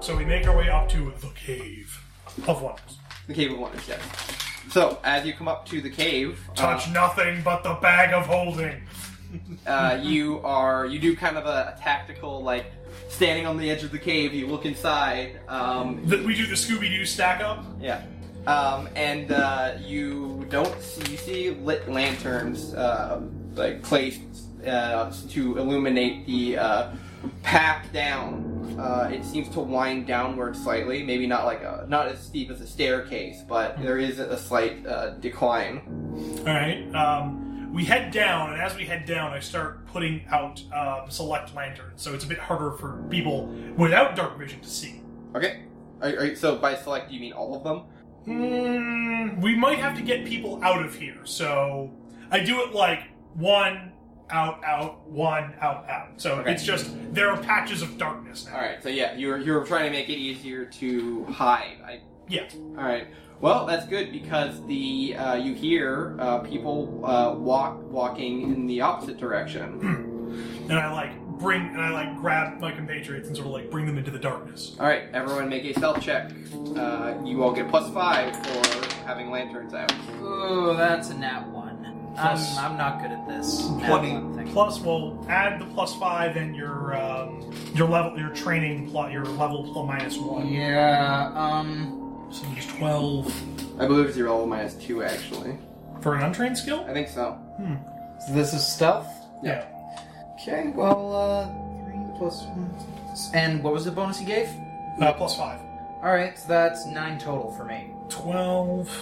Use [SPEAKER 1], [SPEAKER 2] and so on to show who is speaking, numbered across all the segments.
[SPEAKER 1] So we make our way up to the cave of wonders.
[SPEAKER 2] The Cave of Wonders, yes. So, as you come up to the cave,
[SPEAKER 1] Touch nothing but the bag of holding.
[SPEAKER 2] uh, uh, you are you do kind of a, a tactical like standing on the edge of the cave. You look inside, um,
[SPEAKER 1] Th- we do the Scooby Doo stack up.
[SPEAKER 2] yeah, um, and uh, you don't see, you see lit lanterns uh, like placed uh, to illuminate the uh, path down. Uh, it seems to wind downward slightly, maybe not like a, not as steep as a staircase, but there is a slight uh, decline.
[SPEAKER 1] All right. Um, we head down, and as we head down, I start putting out um, select lanterns, so it's a bit harder for people without dark vision to see.
[SPEAKER 2] Okay. Are, are, so by select, you mean all of them?
[SPEAKER 1] Mm, we might have to get people out of here, so I do it like one out, out, one out, out. So
[SPEAKER 2] Okay.
[SPEAKER 1] it's just there are patches of darkness now.
[SPEAKER 2] All right. So yeah, you're you're trying to make it easier to hide. I,
[SPEAKER 1] Yeah.
[SPEAKER 2] all right. Well, that's good because the uh, you hear uh, people uh, walk walking in the opposite direction.
[SPEAKER 1] And I like bring and I like grab my compatriots and sort of like bring them into the darkness.
[SPEAKER 2] All right, everyone, make a stealth check. Uh, you all get plus five for having lanterns out.
[SPEAKER 3] Oh, that's a nat one.
[SPEAKER 1] Plus-
[SPEAKER 3] I'm, I'm not good at this. Nat one
[SPEAKER 1] Plus,
[SPEAKER 3] thing.
[SPEAKER 1] plus, we'll add the plus five and your um, your level, your training plot, your level plus minus one.
[SPEAKER 3] Yeah. Um.
[SPEAKER 1] So there's twelve
[SPEAKER 2] I believe it's your level minus two, actually.
[SPEAKER 1] for an untrained skill.
[SPEAKER 2] I think so.
[SPEAKER 3] So this is stealth.
[SPEAKER 2] Yeah.
[SPEAKER 3] Okay. Well, uh, three plus one. And what was the bonus he gave?
[SPEAKER 1] Uh, plus five.
[SPEAKER 3] All right, so that's nine total for me.
[SPEAKER 1] Twelve.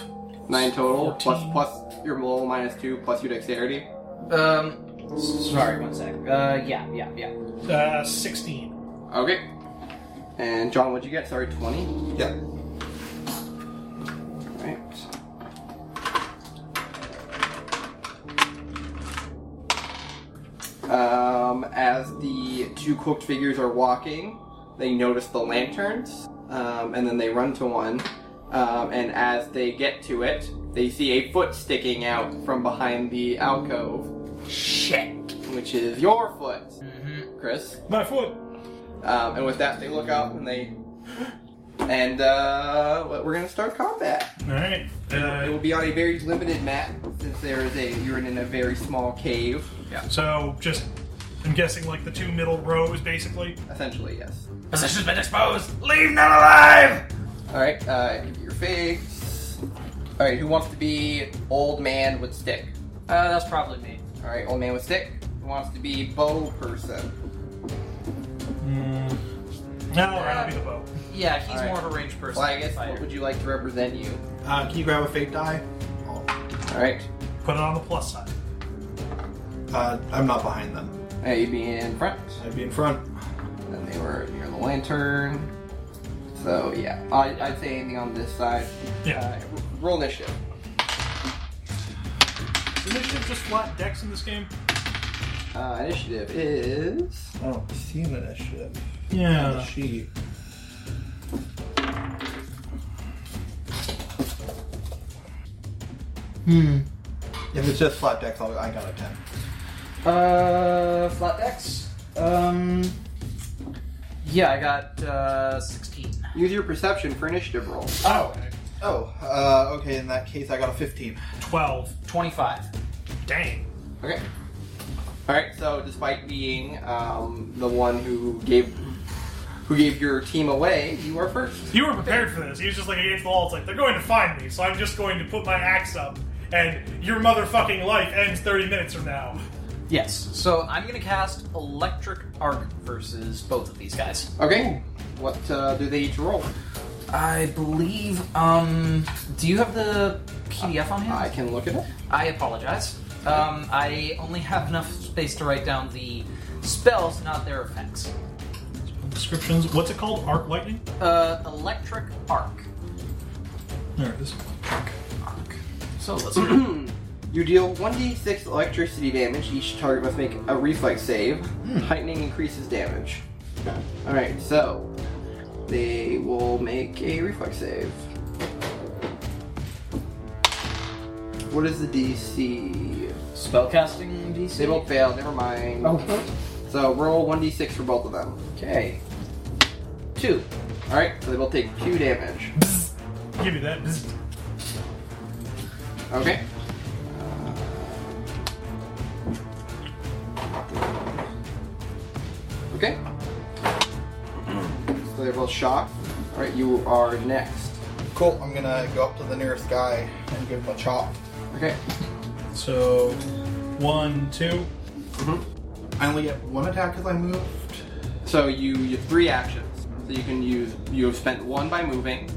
[SPEAKER 2] Nine total, plus
[SPEAKER 1] 14.
[SPEAKER 2] plus your level minus two, plus your dexterity.
[SPEAKER 3] Um. s- Sorry, one sec. Uh, yeah, yeah, yeah.
[SPEAKER 1] Uh, sixteen.
[SPEAKER 2] Okay. And John, what'd you get? Sorry, twenty.
[SPEAKER 4] Yeah.
[SPEAKER 2] Right. Um, as the two cloaked figures are walking, they notice the lanterns, um, and then they run to one. Um, and as they get to it, they see a foot sticking out from behind the alcove,
[SPEAKER 3] Shit.
[SPEAKER 2] which is your foot,
[SPEAKER 3] Mm-hmm.
[SPEAKER 2] Chris.
[SPEAKER 1] My foot.
[SPEAKER 2] Um, and with that, they look up and they. And uh, we're gonna start combat.
[SPEAKER 1] All right.
[SPEAKER 2] It
[SPEAKER 1] Uh,
[SPEAKER 2] will be on a very limited map since there is a you're in a very small cave.
[SPEAKER 1] so just, I'm guessing like the two middle rows, basically.
[SPEAKER 2] Essentially, yes.
[SPEAKER 3] Position's been exposed. Leave none alive.
[SPEAKER 2] All right, uh, give me your figs. All right, who wants to be old man with stick?
[SPEAKER 3] Uh, that's probably me.
[SPEAKER 2] All right, old man with stick. Who wants to be bow person?
[SPEAKER 1] No, I'll be the bow.
[SPEAKER 3] Yeah, he's
[SPEAKER 2] All right.
[SPEAKER 3] more of a ranged person.
[SPEAKER 2] Well, I guess
[SPEAKER 3] Fighter.
[SPEAKER 2] what would you like to represent you?
[SPEAKER 4] Uh, can you grab a fake die? I'll-
[SPEAKER 2] All right,
[SPEAKER 1] Put it on the plus side.
[SPEAKER 4] Uh, I'm not behind them.
[SPEAKER 2] uh, you'd be in front.
[SPEAKER 4] I'd be in front.
[SPEAKER 2] And they were near the lantern. So yeah, I, I'd say anything on this side.
[SPEAKER 1] Yeah.
[SPEAKER 2] Uh, roll initiative.
[SPEAKER 1] Is Initiative just flat decks in this game.
[SPEAKER 2] Uh, initiative is
[SPEAKER 4] I don't see an initiative.
[SPEAKER 1] Yeah.
[SPEAKER 4] She.
[SPEAKER 3] Hmm.
[SPEAKER 4] If it's just flat decks, I'll, I got a ten.
[SPEAKER 3] Uh, flat decks. Um. Yeah, I got uh 16.
[SPEAKER 2] use your perception for initiative roll.
[SPEAKER 1] Oh.
[SPEAKER 4] Oh, uh, okay. In that case, I got a fifteen.
[SPEAKER 1] Twelve.
[SPEAKER 3] 25.
[SPEAKER 1] Dang.
[SPEAKER 2] Okay. All right. So, despite being um, the one who gave who gave your team away, you are first.
[SPEAKER 1] You were prepared for this. He was just like against the wall. It's like they're going to find me, so I'm just going to put my axe up, and your motherfucking life ends 30 minutes from now.
[SPEAKER 3] Yes. So I'm gonna cast electric arc versus both of these guys.
[SPEAKER 2] Okay. What uh, do they each roll?
[SPEAKER 3] I believe. Um. Do you have the PDF on hand?
[SPEAKER 2] I can look at it.
[SPEAKER 3] I apologize. Um, I only have enough space to write down the spells, not their effects.
[SPEAKER 1] Descriptions. What's it called? Arc lightning.
[SPEAKER 3] Uh, electric arc.
[SPEAKER 1] There it is.
[SPEAKER 3] Arc. So let's. Hmm.
[SPEAKER 2] You deal 1d6 electricity damage. Each target must make a reflex save. Heightening increases damage. All right. So they will make a reflex save. What is the DC?
[SPEAKER 3] Spellcasting DC.
[SPEAKER 2] They both failed. Never mind.
[SPEAKER 3] Oh.
[SPEAKER 2] So roll 1d6 for both of them.
[SPEAKER 3] Okay.
[SPEAKER 2] Two. All right, so they both take two damage.
[SPEAKER 1] Give you that. Bzz.
[SPEAKER 2] Okay. Okay. So they're both shocked. All right, you are next.
[SPEAKER 4] Cool. I'm gonna go up to the nearest guy and give him a chop.
[SPEAKER 2] Okay.
[SPEAKER 1] So, one, two.
[SPEAKER 4] I only get one attack because I moved.
[SPEAKER 2] Mm-hmm. So you you have three actions. So you can use you have spent one by moving,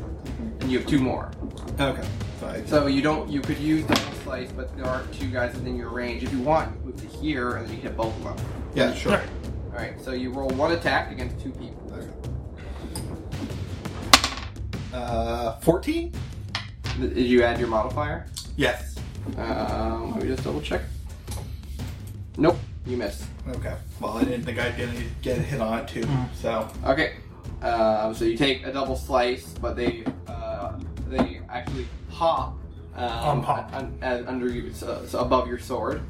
[SPEAKER 2] and you have two more.
[SPEAKER 4] Okay. So I,
[SPEAKER 2] So you don't you could use double slice, but there are two guys within your range. If you want, you move to here and then you hit both of them.
[SPEAKER 4] yeah, sure.
[SPEAKER 1] Alright.
[SPEAKER 2] All right. So you roll one attack against two people.
[SPEAKER 4] Okay. Uh, 14?
[SPEAKER 2] Did you add your modifier?
[SPEAKER 4] Yes.
[SPEAKER 2] Um, let me just double check. Nope, you missed.
[SPEAKER 4] Okay. Mm. Well, I didn't think I'd get, get hit on it too, so.
[SPEAKER 2] Okay, um, so you take a double slice, but they uh, they actually pop um,
[SPEAKER 1] On pop.
[SPEAKER 2] un- uh, under you, so, so above your sword.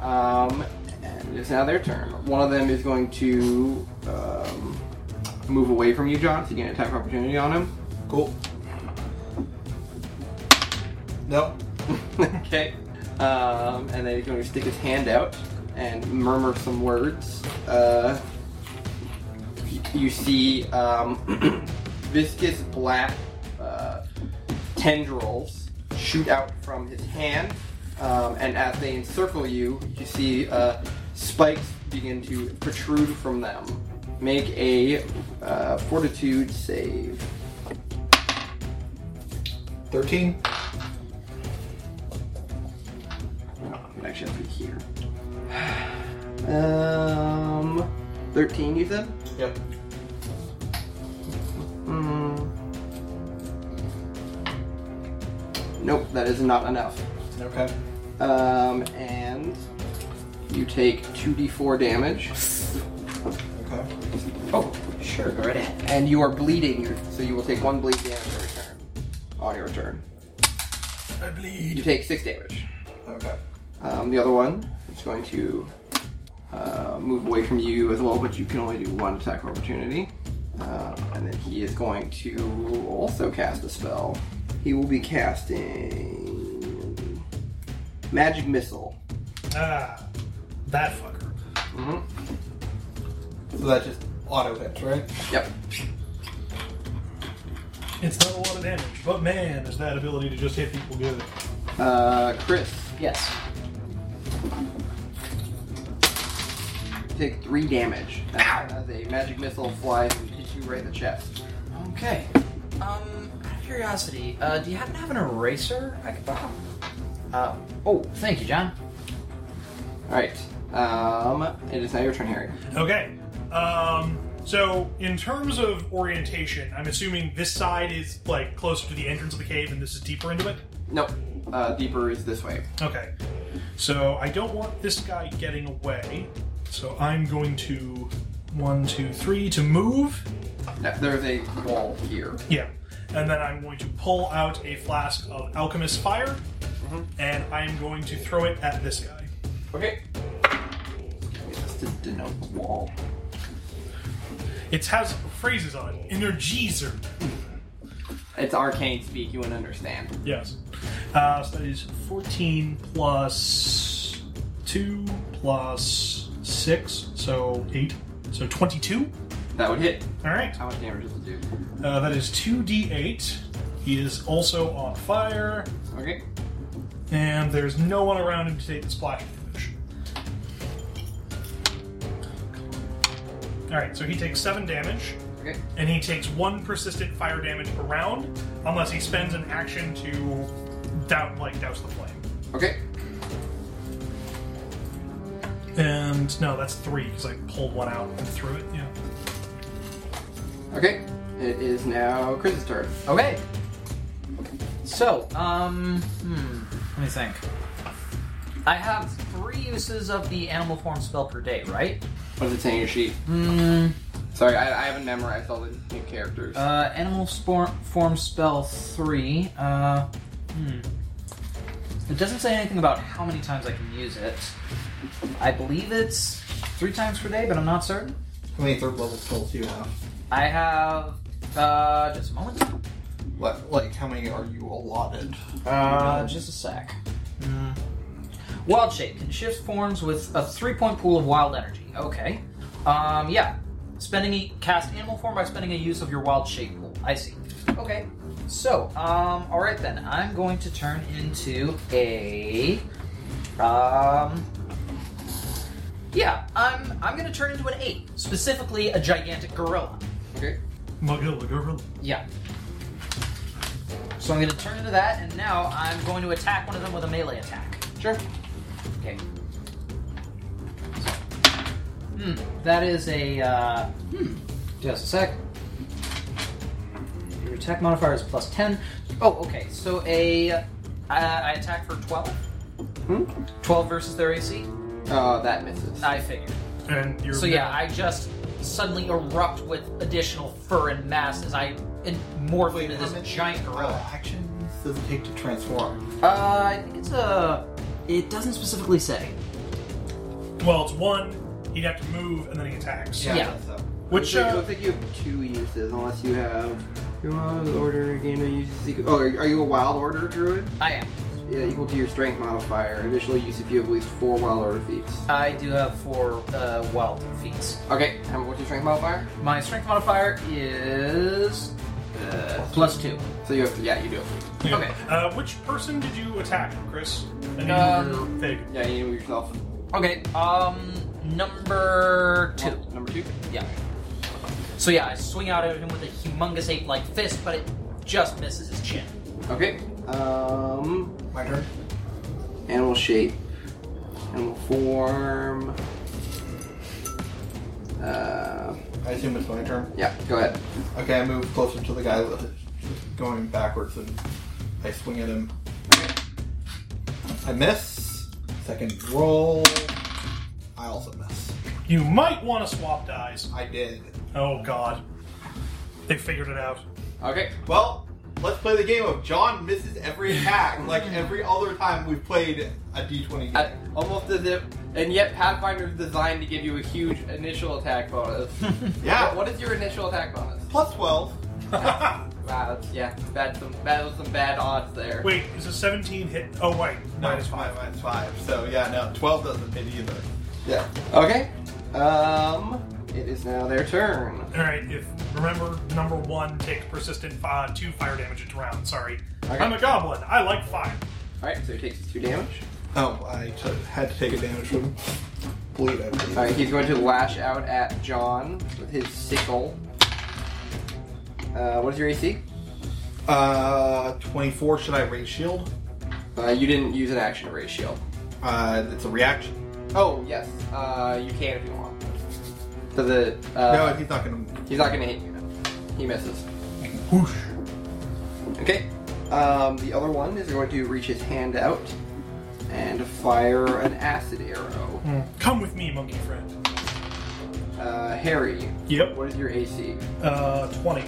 [SPEAKER 2] um, and it's now their turn. One of them is going to um, move away from you, John, so you get an attack of opportunity on him.
[SPEAKER 4] Cool. No.
[SPEAKER 2] okay. Um, and then he's going to stick his hand out and murmur some words. Uh, y- you see um, viscous black uh, tendrils shoot out from his hand, um, and as they encircle you, you see uh, spikes begin to protrude from them. Make a uh, fortitude save.
[SPEAKER 4] 13?
[SPEAKER 2] No, it actually has to be here. Um, thirteen. You said.
[SPEAKER 4] Yep.
[SPEAKER 2] Mm. Nope, that is not enough.
[SPEAKER 4] Okay.
[SPEAKER 2] Um, and you take two d4 damage.
[SPEAKER 4] Okay.
[SPEAKER 2] Oh, sure, go right ahead. And you are bleeding, You're- so you will take one bleed damage every turn. On your turn,
[SPEAKER 1] I
[SPEAKER 2] you
[SPEAKER 1] bleed.
[SPEAKER 2] take six damage.
[SPEAKER 4] Okay.
[SPEAKER 2] Um, the other one is going to uh, move away from you as well, but you can only do one attack of opportunity. Uh, and then he is going to also cast a spell. He will be casting Magic Missile.
[SPEAKER 1] Ah, that fucker.
[SPEAKER 2] hmm
[SPEAKER 4] So that just auto hits, right?
[SPEAKER 2] Yep.
[SPEAKER 1] It's not a lot of damage, but man, is that ability to just hit people good.
[SPEAKER 2] Uh, Chris,
[SPEAKER 3] Yes.
[SPEAKER 2] take three damage as a magic missile flies and hits you right in the chest.
[SPEAKER 3] Okay. Um, out of curiosity, uh, do you happen to have an eraser I could borrow? Uh, oh, thank you, John.
[SPEAKER 2] All right. Um, it is now your turn, Harry.
[SPEAKER 1] Okay. Um, so, in terms of orientation, I'm assuming this side is like closer to the entrance of the cave, and this is deeper into it.
[SPEAKER 2] Nope. Uh, deeper is this way.
[SPEAKER 1] Okay. So I don't want this guy getting away. So I'm going to one, two, three to move.
[SPEAKER 2] No, there's a wall here.
[SPEAKER 1] Yeah. And then I'm going to pull out a flask of alchemist fire, and I am going to throw it at this guy.
[SPEAKER 2] Okay. Just to denote the wall.
[SPEAKER 1] It has phrases on it. Energizer.
[SPEAKER 2] It's arcane speak, you wouldn't understand.
[SPEAKER 1] Yes. Uh, so that is 14 plus 2 plus 6, so 8. So 22.
[SPEAKER 2] That would hit.
[SPEAKER 1] All right.
[SPEAKER 2] How much damage does it do?
[SPEAKER 1] Uh, that is 2d8. He is also on fire,
[SPEAKER 2] Okay.
[SPEAKER 1] and there's no one around him to take the splash damage. Alright, so he takes 7 damage,
[SPEAKER 2] Okay.
[SPEAKER 1] and he takes 1 persistent fire damage per round, unless he spends an action to doubt, like, douse the flame.
[SPEAKER 2] Okay.
[SPEAKER 1] And no, that's 3, because I pulled one out and threw it, yeah.
[SPEAKER 2] Okay. It is now Chris's turn.
[SPEAKER 3] Okay. So, um, hmm, let me think. I have three uses of the animal form spell per day, right?
[SPEAKER 2] What does it say in your sheet?
[SPEAKER 3] Hmm.
[SPEAKER 2] Sorry, I, I haven't memorized all the new characters.
[SPEAKER 3] Uh, animal spor- form spell three. Uh, hmm. It doesn't say anything about how many times I can use it. I believe it's three times per day, but I'm not certain.
[SPEAKER 4] How many third level spells do you have?
[SPEAKER 3] I have uh, just a moment.
[SPEAKER 4] What, like, how many are you allotted?
[SPEAKER 3] Uh, just a sec. Mm. Wild shape can shift forms with a three-point pool of wild energy. Okay. Um, yeah. Spending a, cast animal form by spending a use of your wild shape pool. I see. Okay. So, um, all right then. I'm going to turn into a, um, yeah. I'm I'm going to turn into an ape, specifically a gigantic gorilla.
[SPEAKER 2] Okay.
[SPEAKER 1] Muggle gorilla.
[SPEAKER 3] Yeah. So I'm going to turn into that, and now I'm going to attack one of them with a melee attack.
[SPEAKER 2] Sure.
[SPEAKER 3] Okay. Hmm. That is a. Uh, hmm. Just a sec. Your attack modifier is plus 10. Oh, okay. So a. Uh, I attack for 12.
[SPEAKER 2] Hmm?
[SPEAKER 3] 12 versus their AC.
[SPEAKER 2] Uh, that misses.
[SPEAKER 3] I figured.
[SPEAKER 1] And you're
[SPEAKER 3] So yeah, I just suddenly erupt with additional fur and mass as I in- morph into this giant gorilla.
[SPEAKER 4] actions does it take to transform?
[SPEAKER 3] Uh, I think it's a. It doesn't specifically say.
[SPEAKER 1] well, it's one. He'd have to move, and then he attacks.
[SPEAKER 3] Yeah.
[SPEAKER 4] So.
[SPEAKER 1] Which
[SPEAKER 2] It
[SPEAKER 1] uh,
[SPEAKER 2] looks like you have two uses, unless you have your wild order gain a use is equal. Oh, are are you a wild order druid?
[SPEAKER 3] I am.
[SPEAKER 2] Yeah, equal to your strength modifier. Additional use if you have at least four wild order feats.
[SPEAKER 3] I do have four uh, wild feats.
[SPEAKER 2] Okay, how what's your strength modifier?
[SPEAKER 3] My strength modifier is uh, plus two.
[SPEAKER 2] So you have to, yeah, you do.
[SPEAKER 1] yeah.
[SPEAKER 3] okay.
[SPEAKER 1] Uh, which person did you attack, Chris? And you
[SPEAKER 3] Um,
[SPEAKER 1] were Fig.
[SPEAKER 2] Yeah, you do yourself.
[SPEAKER 3] Okay. Um, number two.
[SPEAKER 2] Number two.
[SPEAKER 3] Yeah. So yeah, I swing out at him with a humongous ape-like fist, but it just misses his chin.
[SPEAKER 2] Okay. Um,
[SPEAKER 4] My turn.
[SPEAKER 2] animal shape, animal form. Uh,
[SPEAKER 4] I assume it's my turn.
[SPEAKER 2] yeah, go ahead.
[SPEAKER 4] Okay, I move closer to the guy with- going backwards and I swing at him. I miss. Second roll. I also miss.
[SPEAKER 1] You might want to swap dies.
[SPEAKER 4] I did.
[SPEAKER 1] Oh God, they figured it out.
[SPEAKER 2] Okay.
[SPEAKER 4] Well, let's play the game of John misses every attack like every other time we've played a d20 game.
[SPEAKER 2] I, almost as if, and yet Pathfinder's designed to give you a huge initial attack bonus.
[SPEAKER 4] yeah,
[SPEAKER 2] What- what is your initial attack bonus?
[SPEAKER 4] plus 12.
[SPEAKER 2] Wow, that's, yeah, bad, some, bad, with some bad odds there.
[SPEAKER 1] Wait, is a 17 hit? Oh wait,
[SPEAKER 4] Minus 5, minus 5. So, yeah, no, 12 doesn't hit either. Yeah.
[SPEAKER 2] Okay. Um, it is now their turn.
[SPEAKER 1] All right. If remember, number one takes persistent fi- two fire damage each round. Sorry,
[SPEAKER 2] Okay.
[SPEAKER 1] I'm a goblin. I like fire.
[SPEAKER 2] Alright, so he takes two damage.
[SPEAKER 4] Oh, I t- had to take advantage from bleed, I believe.
[SPEAKER 2] Alright, he's going to lash out at John with his sickle. Uh, what is your AC?
[SPEAKER 4] Uh, 24, should I raise shield?
[SPEAKER 2] Uh, you didn't use an action to raise shield.
[SPEAKER 4] Uh, it's a reaction.
[SPEAKER 2] Oh, yes. Uh, you can if you want. So the,
[SPEAKER 4] no,
[SPEAKER 2] uh,
[SPEAKER 4] he's not gonna.
[SPEAKER 2] he's not gonna hit you. He misses.
[SPEAKER 1] Whoosh.
[SPEAKER 2] Okay. Um, the other one is going to reach his hand out and fire an acid arrow.
[SPEAKER 1] Come with me, monkey friend.
[SPEAKER 2] Uh, Harry,
[SPEAKER 1] Yep.
[SPEAKER 2] what is your AC?
[SPEAKER 1] Uh, 20.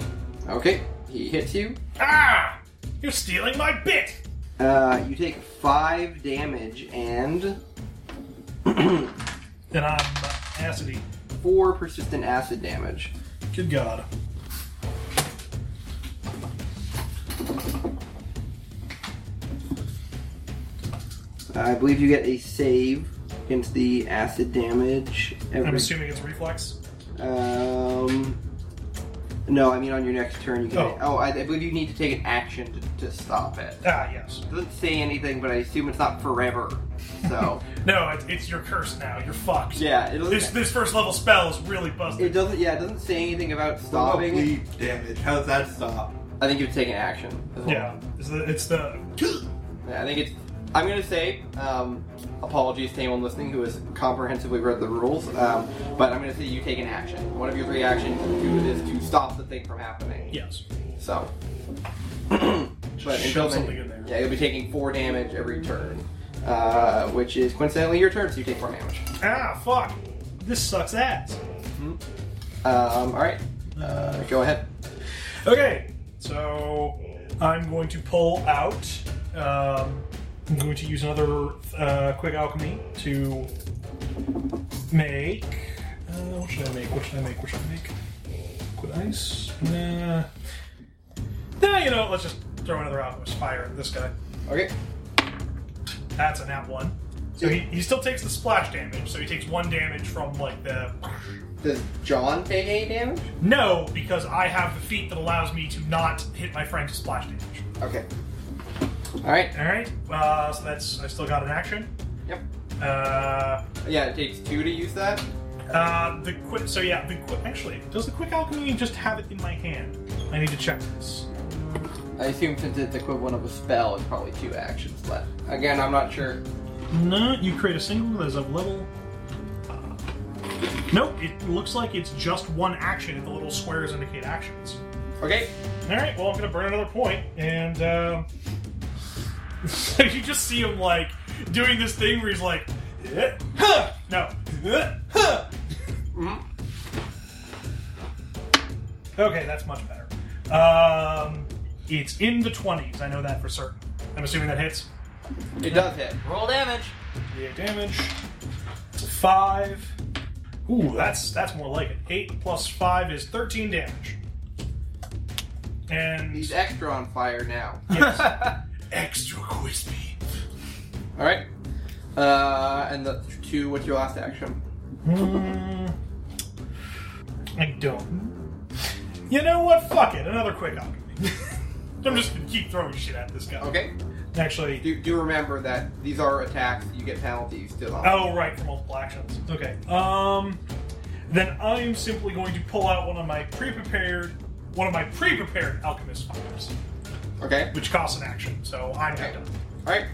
[SPEAKER 2] Okay, he hits you.
[SPEAKER 1] Ah! You're stealing my bit.
[SPEAKER 2] Uh, you take five damage and
[SPEAKER 1] Then I'm uh, acidy.
[SPEAKER 2] four persistent acid damage.
[SPEAKER 1] Good God.
[SPEAKER 2] I believe you get a save against the acid damage. Every,
[SPEAKER 1] I'm assuming it's reflex.
[SPEAKER 2] Um, no, I mean on your next turn you get.
[SPEAKER 1] Oh.
[SPEAKER 2] Oh, I, I believe you need to take an action to, to stop it.
[SPEAKER 1] Ah, yes.
[SPEAKER 2] Doesn't say anything, but I assume it's not forever. So
[SPEAKER 1] No, it, it's your curse now. You're fucked.
[SPEAKER 2] yeah, it
[SPEAKER 1] This
[SPEAKER 2] doesn't.
[SPEAKER 1] this first level spell is really busted.
[SPEAKER 2] It doesn't. Yeah, it doesn't say anything about
[SPEAKER 4] Stop
[SPEAKER 2] stopping. it.
[SPEAKER 4] bleed damage. How does that stop?
[SPEAKER 2] I think you would take an action. as well.
[SPEAKER 1] Yeah. It's the, it's the
[SPEAKER 2] Yeah, I think it's. I'm gonna say, um, apologies to anyone listening who has comprehensively read the rules, um, but I'm gonna say you take an action. One of your three actions to, is to stop the thing from happening.
[SPEAKER 1] yes.
[SPEAKER 2] So. but
[SPEAKER 1] shove
[SPEAKER 2] until
[SPEAKER 1] something in there.
[SPEAKER 2] then, yeah, you'll be taking four damage every turn, uh, which is coincidentally your turn, so you take four damage.
[SPEAKER 1] Ah, fuck. This sucks ass.
[SPEAKER 2] Um, all right, uh, go ahead.
[SPEAKER 1] Okay, so I'm going to pull out. Um, I'm going to use another uh, quick alchemy to make. Uh, what should I make? What should I make? What should I make? Liquid ice? Nah. Nah, you know, let's just throw another alchemist fire at this guy.
[SPEAKER 2] Okay.
[SPEAKER 1] That's a nat one. So he, he still takes the splash damage, so he takes one damage from like the
[SPEAKER 2] Does John take any damage?
[SPEAKER 1] No, because I have the feat that allows me to not hit my friend to splash damage.
[SPEAKER 2] Okay. Alright.
[SPEAKER 1] Alright, uh, so that's I still got an action.
[SPEAKER 2] Yep.
[SPEAKER 1] Uh
[SPEAKER 2] Yeah, it takes two to use that.
[SPEAKER 1] Uh, the quick. So yeah, the quick. Actually, does the quick alchemy just have it in my hand? I need to check this.
[SPEAKER 2] I assume since it's equivalent of a spell, it's probably two actions left. Again, I'm not sure.
[SPEAKER 1] No, you create a single that is of level. uh, Nope, it looks like it's just one action if the little squares indicate actions.
[SPEAKER 2] Okay.
[SPEAKER 1] Alright, well, I'm gonna burn another point, and, uh. so you just see him, like, doing this thing where he's like, "Eh, huh, no, eh, huh.
[SPEAKER 2] Mhm.
[SPEAKER 1] Okay, that's much better. Um, it's in the 20s, I know that for certain. I'm assuming that hits.
[SPEAKER 2] It does hit.
[SPEAKER 3] Roll damage.
[SPEAKER 1] Yeah, damage. Five. Ooh, that's that's more like it. Eight plus five is thirteen damage.
[SPEAKER 2] He's
[SPEAKER 1] And
[SPEAKER 2] extra on fire now.
[SPEAKER 1] yes, extra crispy.
[SPEAKER 2] Alright. Uh, and the two, what's your last action?
[SPEAKER 1] Hmm. I don't. You know what? Fuck it. Another quick alchemy. I'm just gonna keep throwing shit at this guy.
[SPEAKER 2] Okay.
[SPEAKER 1] Actually,
[SPEAKER 2] Do, do remember that these are attacks, you get penalties still on.
[SPEAKER 1] Oh, right, for multiple actions. Okay. Um, then I'm simply going to pull out one of my pre-prepared, one of my pre-prepared alchemist fires,
[SPEAKER 2] Okay.
[SPEAKER 1] which costs an action. So I'm
[SPEAKER 2] Okay.
[SPEAKER 1] done.
[SPEAKER 2] Alright.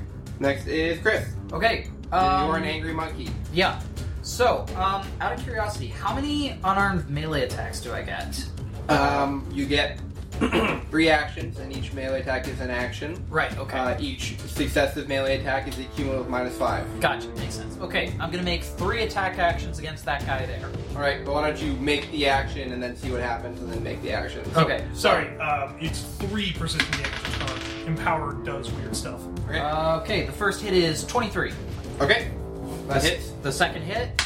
[SPEAKER 2] Next is Chris.
[SPEAKER 3] Okay.
[SPEAKER 2] And
[SPEAKER 3] Um,
[SPEAKER 2] you're an angry monkey.
[SPEAKER 3] Yeah. So, um, out of curiosity, how many unarmed melee attacks do I get?
[SPEAKER 2] Um, you get three actions, and each melee attack is an action.
[SPEAKER 3] Right. Okay.
[SPEAKER 2] Uh, each successive melee attack is a cumulative minus five.
[SPEAKER 3] gotcha. Makes sense. Okay, I'm gonna make three attack actions against that guy there.
[SPEAKER 2] All right, but why don't you make the action and then see what happens, and then make the action.
[SPEAKER 3] Okay.
[SPEAKER 1] Sorry, um, it's three persistent damage. each turn. Empower does weird stuff.
[SPEAKER 2] Okay.
[SPEAKER 3] Uh, Okay. The first hit is 23.
[SPEAKER 2] okay.
[SPEAKER 3] The
[SPEAKER 2] That
[SPEAKER 3] s-
[SPEAKER 2] hits.
[SPEAKER 3] The second hit.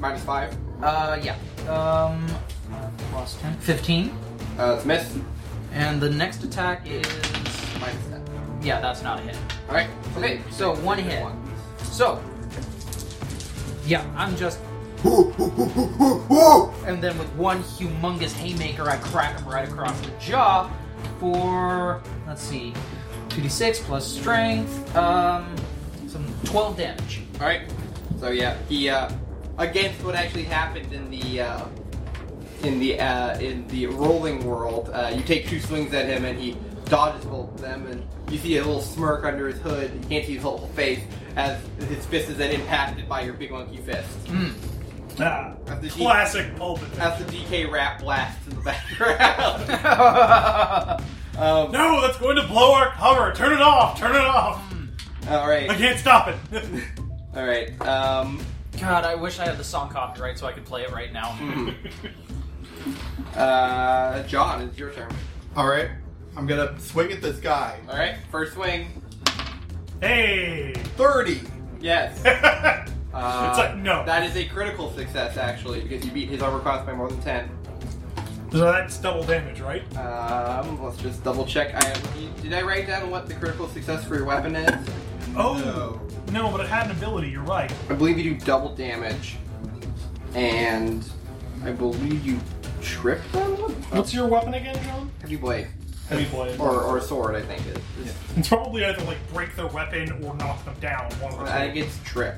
[SPEAKER 2] Minus five.
[SPEAKER 3] Uh, yeah. Um, plus 10. 15.
[SPEAKER 2] Uh, it's miss.
[SPEAKER 3] And the next attack is.
[SPEAKER 2] Minus ten.
[SPEAKER 3] Yeah, that's not a hit.
[SPEAKER 2] All right.
[SPEAKER 3] Okay, so one hit. So, yeah, I'm just. and then with one humongous haymaker, I crack him right across the jaw for, let's see, 2d6 plus strength, um, some 12 damage.
[SPEAKER 2] All right. So yeah, he uh, against what actually happened in the uh, in the uh, in the rolling world, uh, you take two swings at him and he dodges both of them, and you see a little smirk under his hood. You can't see his whole face as his fist is then impacted by your big monkey fist.
[SPEAKER 3] Mm.
[SPEAKER 1] Ah,
[SPEAKER 2] After he-
[SPEAKER 1] classic pulpit.
[SPEAKER 2] As the DK rap blasts in the background. um,
[SPEAKER 1] No, that's going to blow our cover. Turn it off. Turn it off.
[SPEAKER 2] Mm. all right.
[SPEAKER 1] I can't stop it.
[SPEAKER 2] All right. Um,
[SPEAKER 3] God, I wish I had the song copyright so I could play it right now.
[SPEAKER 5] Mm.
[SPEAKER 2] mm, uh, John, it's your turn.
[SPEAKER 4] All right, I'm gonna swing at this guy.
[SPEAKER 2] All right. First swing.
[SPEAKER 1] hey.
[SPEAKER 4] Thirty.
[SPEAKER 2] Yes.
[SPEAKER 1] it's
[SPEAKER 2] Uh,
[SPEAKER 1] like no.
[SPEAKER 2] That is a critical success, actually, because you beat his armor class by more than 10.
[SPEAKER 1] so that's double damage, right?
[SPEAKER 2] Um, let's just double check. I, did I write down what the critical success for your weapon is?
[SPEAKER 1] Oh no, but it had an ability. You're right.
[SPEAKER 2] I believe you do double damage. And I believe you trip them?
[SPEAKER 1] What's your weapon again, John?
[SPEAKER 2] Heavy blade.
[SPEAKER 1] Heavy blade.
[SPEAKER 2] Oh. Or, or sword, I think. It is.
[SPEAKER 1] It's probably either like break their weapon or knock them down. One of the
[SPEAKER 2] I
[SPEAKER 1] two.
[SPEAKER 2] think it's trip.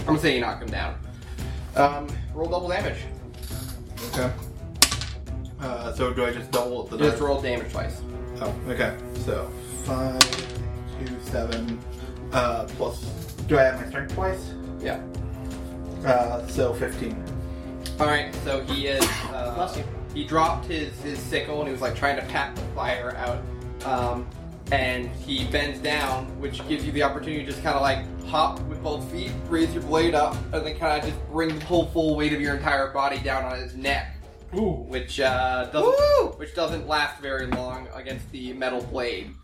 [SPEAKER 2] I'm gonna say you knock him down. Um, roll double damage.
[SPEAKER 4] Okay. Uh, so do I just double the
[SPEAKER 2] Just
[SPEAKER 4] dice?
[SPEAKER 2] roll damage twice.
[SPEAKER 4] Oh, okay. So five, two, seven. Uh, plus. Do I have my strength twice?
[SPEAKER 2] Yeah.
[SPEAKER 4] Uh, so fifteen.
[SPEAKER 2] All right, so he is. Uh,
[SPEAKER 3] Bless you.
[SPEAKER 2] He dropped his, his sickle and he was like trying to pat the fire out, um, and he bends down, which gives you the opportunity to just kind of like hop with both feet, raise your blade up, and then kind of just bring the whole full weight of your entire body down on his neck,
[SPEAKER 1] Ooh.
[SPEAKER 2] which uh, doesn't which doesn't last very long against the metal blade,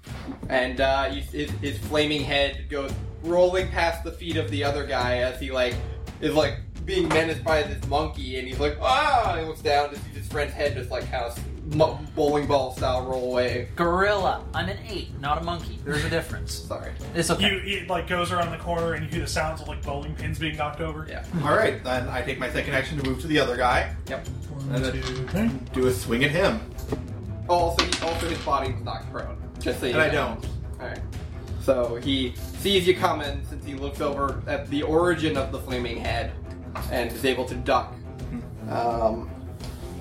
[SPEAKER 2] and uh, you, his, his flaming head goes rolling past the feet of the other guy as he like is like being menaced by this monkey, and he's like ah, and he looks down to see his friend's head just like kind of mo- bowling ball style roll away.
[SPEAKER 3] Gorilla. I'm an ape, not a monkey. There's a difference.
[SPEAKER 2] Sorry.
[SPEAKER 3] It's okay.
[SPEAKER 1] You it like goes around the corner and you hear the sounds of like bowling pins being knocked over.
[SPEAKER 2] Yeah.
[SPEAKER 4] All right, then I take my second action to move to the other guy.
[SPEAKER 2] Yep.
[SPEAKER 1] One, two,
[SPEAKER 4] And
[SPEAKER 1] three.
[SPEAKER 4] Do a swing at him,
[SPEAKER 2] Oh, Also, he, also his body was knocked prone. Just so you
[SPEAKER 4] and I
[SPEAKER 2] know.
[SPEAKER 4] don't.
[SPEAKER 2] Alright. So he sees you coming since he looks over at the origin of the flaming head and is able to duck. Um,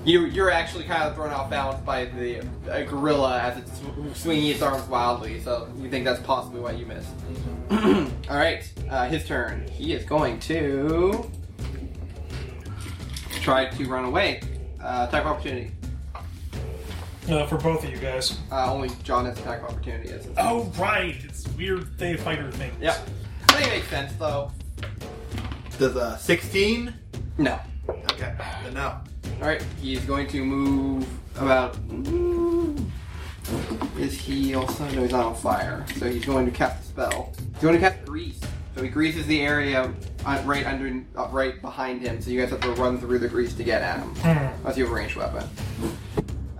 [SPEAKER 2] you, you're actually kind of thrown off balance by the a gorilla as it's sw- swinging its arms wildly, so you think that's possibly why you missed. Alright, uh, his turn. He is going to try to run away. Uh, attack of opportunity.
[SPEAKER 1] Uh, for both of you guys.
[SPEAKER 2] Uh, only John has attack of opportunity. As
[SPEAKER 1] Oh right, it's weird they fighter things.
[SPEAKER 2] Yep. I think it makes sense though.
[SPEAKER 4] Does a 16?
[SPEAKER 2] No.
[SPEAKER 4] Okay, then no.
[SPEAKER 2] All right, he's going to move about. Is he also? No, he's not on fire. So he's going to cast a spell. He's going to cast grease. So he greases the area uh, right under, uh, right behind him. So you guys have to run through the grease to get at him.
[SPEAKER 1] Hmm.
[SPEAKER 2] Unless you have a ranged weapon.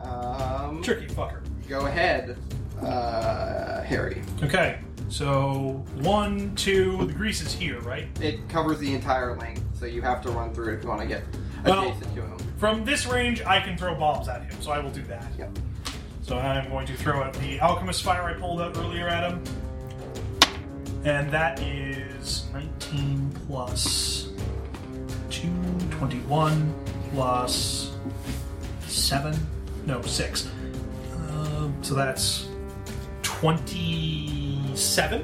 [SPEAKER 2] Um,
[SPEAKER 1] Tricky fucker.
[SPEAKER 2] Go ahead, uh, Harry.
[SPEAKER 1] Okay. So one, two, the grease is here, right?
[SPEAKER 2] It covers the entire length, so you have to run through it if you want to get
[SPEAKER 1] Well-
[SPEAKER 2] adjacent to him.
[SPEAKER 1] From this range, I can throw bombs at him, so I will do that.
[SPEAKER 2] Yep.
[SPEAKER 1] So I'm going to throw out the alchemist fire I pulled out earlier at him, and that is 19 plus 2, 21 plus 7, no 6. Um so that's 27.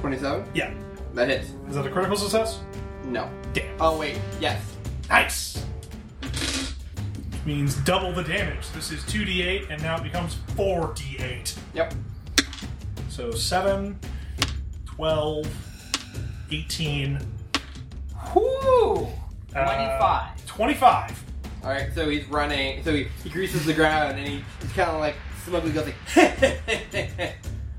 [SPEAKER 2] Twenty-seven.
[SPEAKER 1] Yeah,
[SPEAKER 2] That hits.
[SPEAKER 1] is that a critical success?
[SPEAKER 2] No.
[SPEAKER 1] Damn.
[SPEAKER 2] Oh wait. Yes.
[SPEAKER 1] Nice! Which means double the damage. This is 2d8, and now it becomes 4d8.
[SPEAKER 2] Yep.
[SPEAKER 1] So 7, 12, 18,
[SPEAKER 3] Whew!
[SPEAKER 1] uh,
[SPEAKER 3] 25.
[SPEAKER 1] 25.
[SPEAKER 2] All right, so he's running. So he, he greases the ground and he, he's kind of like smugly goes like,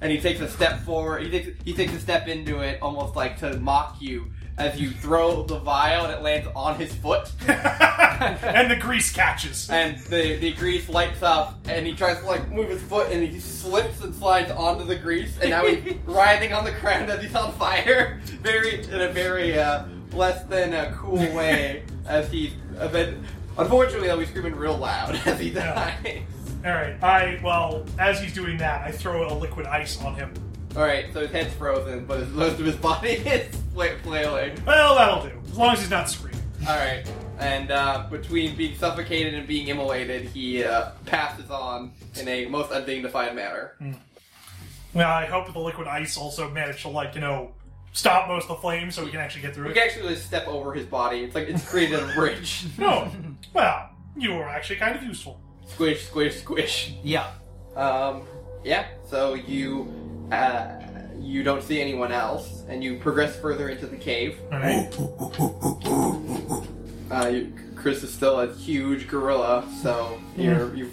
[SPEAKER 2] and he takes a step forward. He takes he takes a step into it, almost like to mock you as you throw the vial and it lands on his foot.
[SPEAKER 1] and the grease catches.
[SPEAKER 2] And the, the grease lights up, and he tries to like move his foot, and he slips and slides onto the grease, and now he's writhing on the ground as he's on fire, very in a very uh, less than uh, cool way. as he, uh, but unfortunately, though, he's screaming real loud as he
[SPEAKER 1] Yeah.
[SPEAKER 2] dies.
[SPEAKER 1] Alright, I, well, as he's doing that, I throw a liquid ice on him.
[SPEAKER 2] All right, so his head's frozen, but his, most of his body is fla- flailing.
[SPEAKER 1] Well, that'll do. As long as he's not screaming.
[SPEAKER 2] All right, and uh, between being suffocated and being immolated, he uh, passes on in a most undignified manner.
[SPEAKER 1] Well, I hope the liquid ice also managed to, like, you know, stop most of the flames so we can actually get through
[SPEAKER 2] We
[SPEAKER 1] it.
[SPEAKER 2] can actually just step over his body. It's like it's created a bridge.
[SPEAKER 1] No. Well, you were actually kind of useful.
[SPEAKER 2] squish, squish, squish.
[SPEAKER 3] Yeah.
[SPEAKER 2] Um, yeah. So you, uh, you don't see anyone else, and you progress further into the cave.
[SPEAKER 1] Alright.
[SPEAKER 2] Uh, you, Chris is still a huge gorilla, so you're you.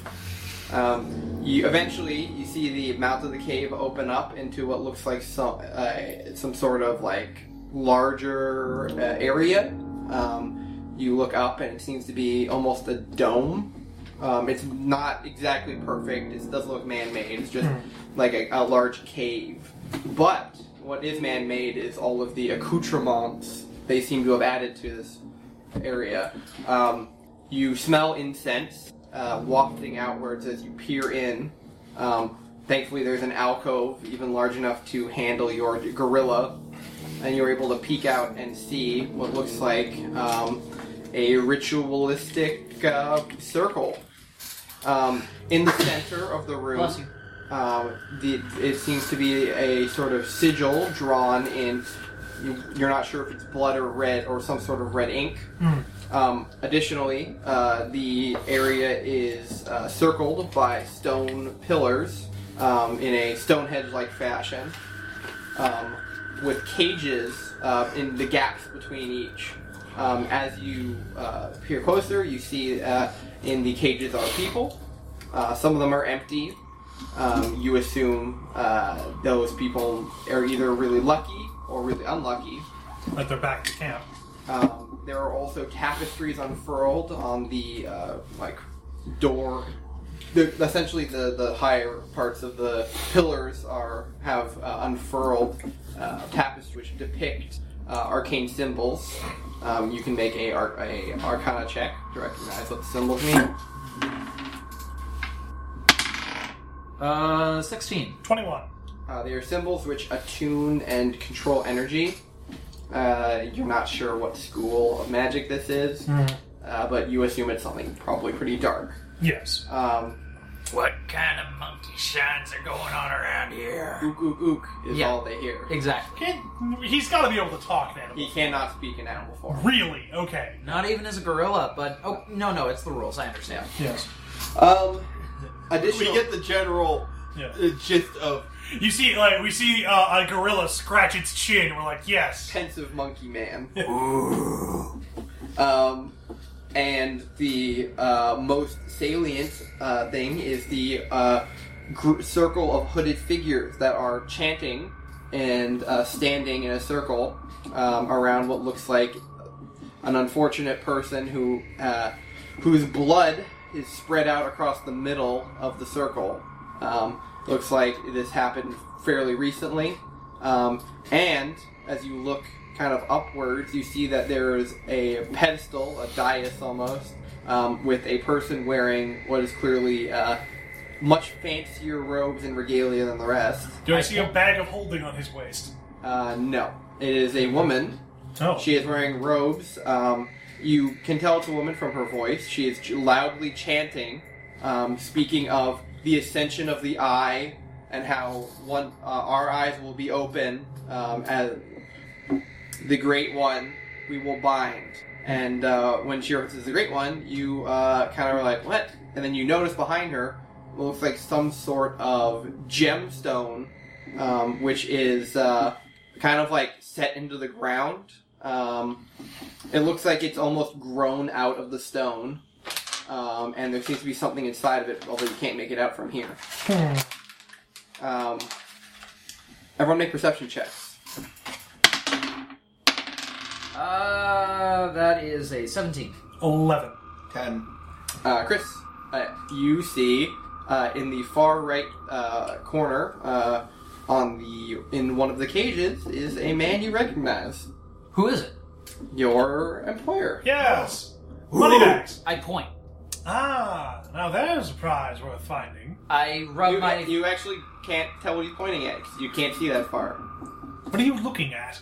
[SPEAKER 2] Um, you eventually you see the mouth of the cave open up into what looks like some uh, some sort of like larger uh, area. Um, you look up and it seems to be almost a dome. Um, it's not exactly perfect. It doesn't look man-made. It's just like a, a large cave. But what is man-made is all of the accoutrements they seem to have added to this area. Um, you smell incense uh, wafting outwards as you peer in. Um, thankfully, there's an alcove even large enough to handle your gorilla, and you're able to peek out and see what looks like um, a ritualistic uh, circle. Um, in the center of the room,
[SPEAKER 3] Bless you.
[SPEAKER 2] um, the, it seems to be a sort of sigil drawn in. You, you're not sure if it's blood or red or some sort of red ink. Um, additionally, uh, the area is uh, circled by stone pillars um, in a Stonehenge-like fashion, um, with cages uh, in the gaps between each. Um, as you uh, peer closer, you see uh, in the cages are people. Uh, some of them are empty. um, you assume uh, those people are either really lucky or really unlucky.
[SPEAKER 1] Like they're back to camp.
[SPEAKER 2] Um, there are also tapestries unfurled on the uh, like door. The, essentially, the, the higher parts of the pillars are have uh, unfurled uh, tapestries which depict uh, arcane symbols. Um, you can make a, ar- a arcana check to recognize what the symbols mean.
[SPEAKER 3] Uh, 16.
[SPEAKER 1] 21.
[SPEAKER 2] Uh, they are symbols which attune and control energy. Uh, you're not sure what school of magic this is, uh, but you assume it's something probably pretty dark.
[SPEAKER 1] Yes.
[SPEAKER 2] Um,
[SPEAKER 5] What kind of monkey shines are going on around here?
[SPEAKER 2] ook ook ook is
[SPEAKER 3] Yeah.
[SPEAKER 2] all they hear.
[SPEAKER 3] Exactly.
[SPEAKER 1] Can't- he's got to be able to talk then.
[SPEAKER 2] He cannot speak in animal form.
[SPEAKER 1] Really? Okay.
[SPEAKER 3] Not even as a gorilla, but. Oh, no, no, it's the rules. I understand.
[SPEAKER 1] Yes.
[SPEAKER 2] Um,
[SPEAKER 4] We
[SPEAKER 2] additional,
[SPEAKER 4] get the general
[SPEAKER 1] Yeah.
[SPEAKER 4] uh, gist of
[SPEAKER 1] You see, like we see uh, a gorilla scratch its chin. We're like, yes.
[SPEAKER 2] pensive monkey man. um, and the uh, most salient uh, thing is the uh, gr- circle of hooded figures that are chanting and uh, standing in a circle um, around what looks like an unfortunate person who uh, whose blood is spread out across the middle of the circle. Um, looks like this happened fairly recently, um, and as you look kind of upwards, you see that there is a pedestal, a dais almost, um, with a person wearing what is clearly uh, much fancier robes and regalia than the rest.
[SPEAKER 1] Do I see a bag of holding on his waist?
[SPEAKER 2] Uh, no, it is a woman
[SPEAKER 1] Oh.
[SPEAKER 2] she is wearing robes. Um, you can tell it's a woman from her voice. She is ch- loudly chanting, um, speaking of the ascension of the eye and how one uh, our eyes will be open um, as the great one we will bind. And uh, when she references the great one, you uh, kind of are like, what? And then you notice behind her what looks like some sort of gemstone, um, which is uh, kind of like set into the ground. Um, it looks like it's almost grown out of the stone. Um, and there seems to be something inside of it, although you can't make it out from here. Um, everyone make perception checks.
[SPEAKER 3] Uh, that is a 17.
[SPEAKER 1] Eleven.
[SPEAKER 4] ten.
[SPEAKER 2] Uh, Chris, uh, you see uh, in the far right uh, corner, uh, on the in one of the cages, is a man you recognize,
[SPEAKER 3] Who is it?
[SPEAKER 2] your employer.
[SPEAKER 1] Yes. Money bags.
[SPEAKER 3] I point.
[SPEAKER 1] Ah, now there's a prize worth finding.
[SPEAKER 3] I rub
[SPEAKER 2] You,
[SPEAKER 3] Oh, my.
[SPEAKER 2] you actually can't tell what he's pointing at 'cause you can't see that far.
[SPEAKER 1] What are you looking at?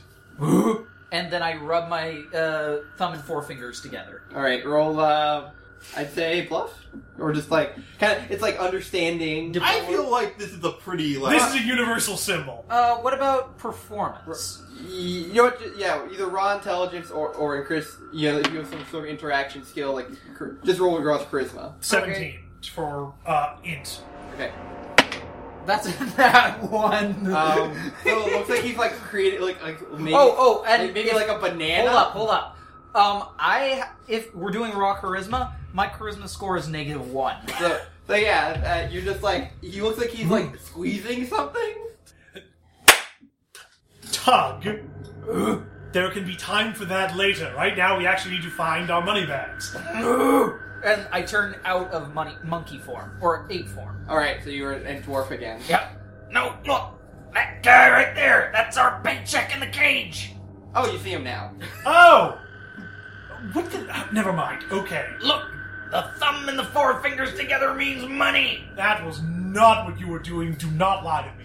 [SPEAKER 3] And then I rub my uh, thumb and forefingers together.
[SPEAKER 2] All right, roll. Uh, I'd say bluff, or just like kind of. It's like understanding.
[SPEAKER 3] Dep-
[SPEAKER 4] I feel like this is a pretty like
[SPEAKER 1] This is a universal symbol.
[SPEAKER 3] Uh, what about performance?
[SPEAKER 2] You know what? Yeah, either raw intelligence or or in Chris, you know, if you have some sort of interaction skill, like char- just roll across charisma.
[SPEAKER 1] Seventeen for uh, int.
[SPEAKER 2] Okay.
[SPEAKER 3] That's that one.
[SPEAKER 2] Um, so it looks like he's like created like like maybe
[SPEAKER 3] oh, oh, and
[SPEAKER 2] like, maybe
[SPEAKER 3] if-
[SPEAKER 2] like a banana.
[SPEAKER 3] hold up, hold up. Um, I if we're doing raw charisma, my charisma score is negative one.
[SPEAKER 2] So, so yeah, uh, you're just like he looks like he's like squeezing something.
[SPEAKER 1] Tug. There can be time for that later. Right now, we actually need to find our money bags.
[SPEAKER 3] And I turn out of money monkey form or ape form.
[SPEAKER 2] All right, so you're a dwarf again.
[SPEAKER 3] Yeah.
[SPEAKER 5] No, look! That guy right there! That's our paycheck in the cage!
[SPEAKER 2] Oh, you see him now.
[SPEAKER 1] Oh. What the? ah, Never mind. Okay,
[SPEAKER 5] Look! The thumb and the four fingers together means money!
[SPEAKER 1] that was not what you were doing. Do not lie to me.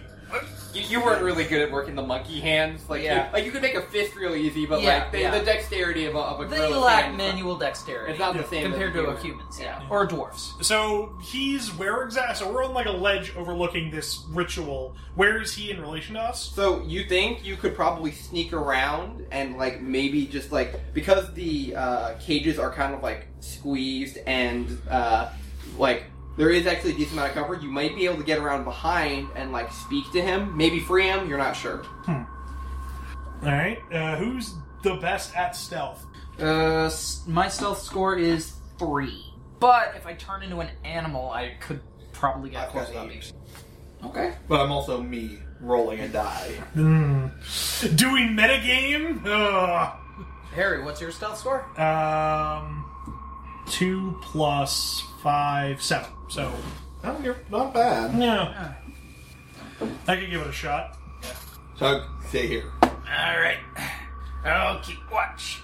[SPEAKER 2] You, you weren't really good at working the monkey hands. Like
[SPEAKER 3] Yeah.
[SPEAKER 2] you, like you could make a fist real easy, but
[SPEAKER 3] Yeah,
[SPEAKER 2] like the,
[SPEAKER 3] yeah.
[SPEAKER 2] the dexterity of a, of a
[SPEAKER 3] They
[SPEAKER 2] gorilla's
[SPEAKER 3] lack
[SPEAKER 2] hand-
[SPEAKER 3] manual dexterity
[SPEAKER 2] It's not the same
[SPEAKER 3] compared
[SPEAKER 2] as
[SPEAKER 3] to a
[SPEAKER 2] human.
[SPEAKER 3] humans, yeah, or dwarfs.
[SPEAKER 1] So he's where exactly? So we're on like a ledge overlooking this ritual. Where is he in relation to us?
[SPEAKER 2] So you think you could probably sneak around and like maybe just like because the uh, cages are kind of like squeezed and uh, like there is actually a decent amount of cover, you might be able to get around behind and like speak to him, maybe free him. You're not sure.
[SPEAKER 1] All right. Uh, who's the best at stealth?
[SPEAKER 3] Uh, s- my stealth score is three. But if I turn into an animal, I could probably got
[SPEAKER 4] I've
[SPEAKER 3] close
[SPEAKER 4] got
[SPEAKER 3] without
[SPEAKER 4] eight.
[SPEAKER 3] being- Okay.
[SPEAKER 4] But I'm also me rolling a die.
[SPEAKER 1] Mm. Do we metagame? Ugh.
[SPEAKER 3] Harry, what's your stealth score?
[SPEAKER 1] Um, two plus five, seven. So
[SPEAKER 4] Oh, you're not bad.
[SPEAKER 1] yeah, I could give it a shot.
[SPEAKER 4] Tug, stay here.
[SPEAKER 5] All right. I'll keep watch.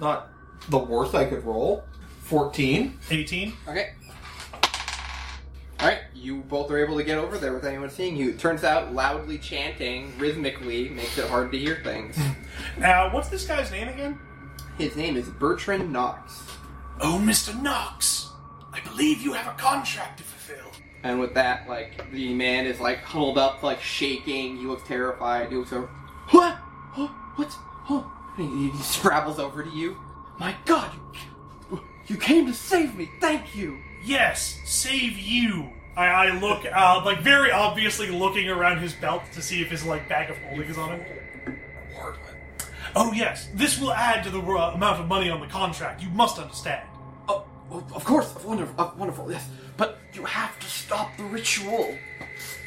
[SPEAKER 4] Not the worst I could roll. 14.
[SPEAKER 1] Eighteen.
[SPEAKER 2] Okay. Alright, you both are able to get over there without anyone seeing you. It turns out loudly chanting rhythmically makes it hard to hear things.
[SPEAKER 1] Uh, what's this guy's name again?
[SPEAKER 2] His name is Bertrand Knox.
[SPEAKER 1] Oh, Mister Knox. I believe you have a contract to fulfill.
[SPEAKER 2] And with that, like, the man is, like, huddled up, like, shaking. He looks terrified. He looks over, What? Huh? What? Huh? And he, he scrabbles over to you. My god, you, you came to save me. Thank you.
[SPEAKER 1] Yes, save you. I, I look, uh, like, very obviously looking around his belt to see if his, like, bag of holding is on him. Oh, yes, this will add to the uh, amount of money on the contract. You must understand.
[SPEAKER 2] Oh, of of course. Of wonderful. Of wonderful, yes. But you have to stop the ritual.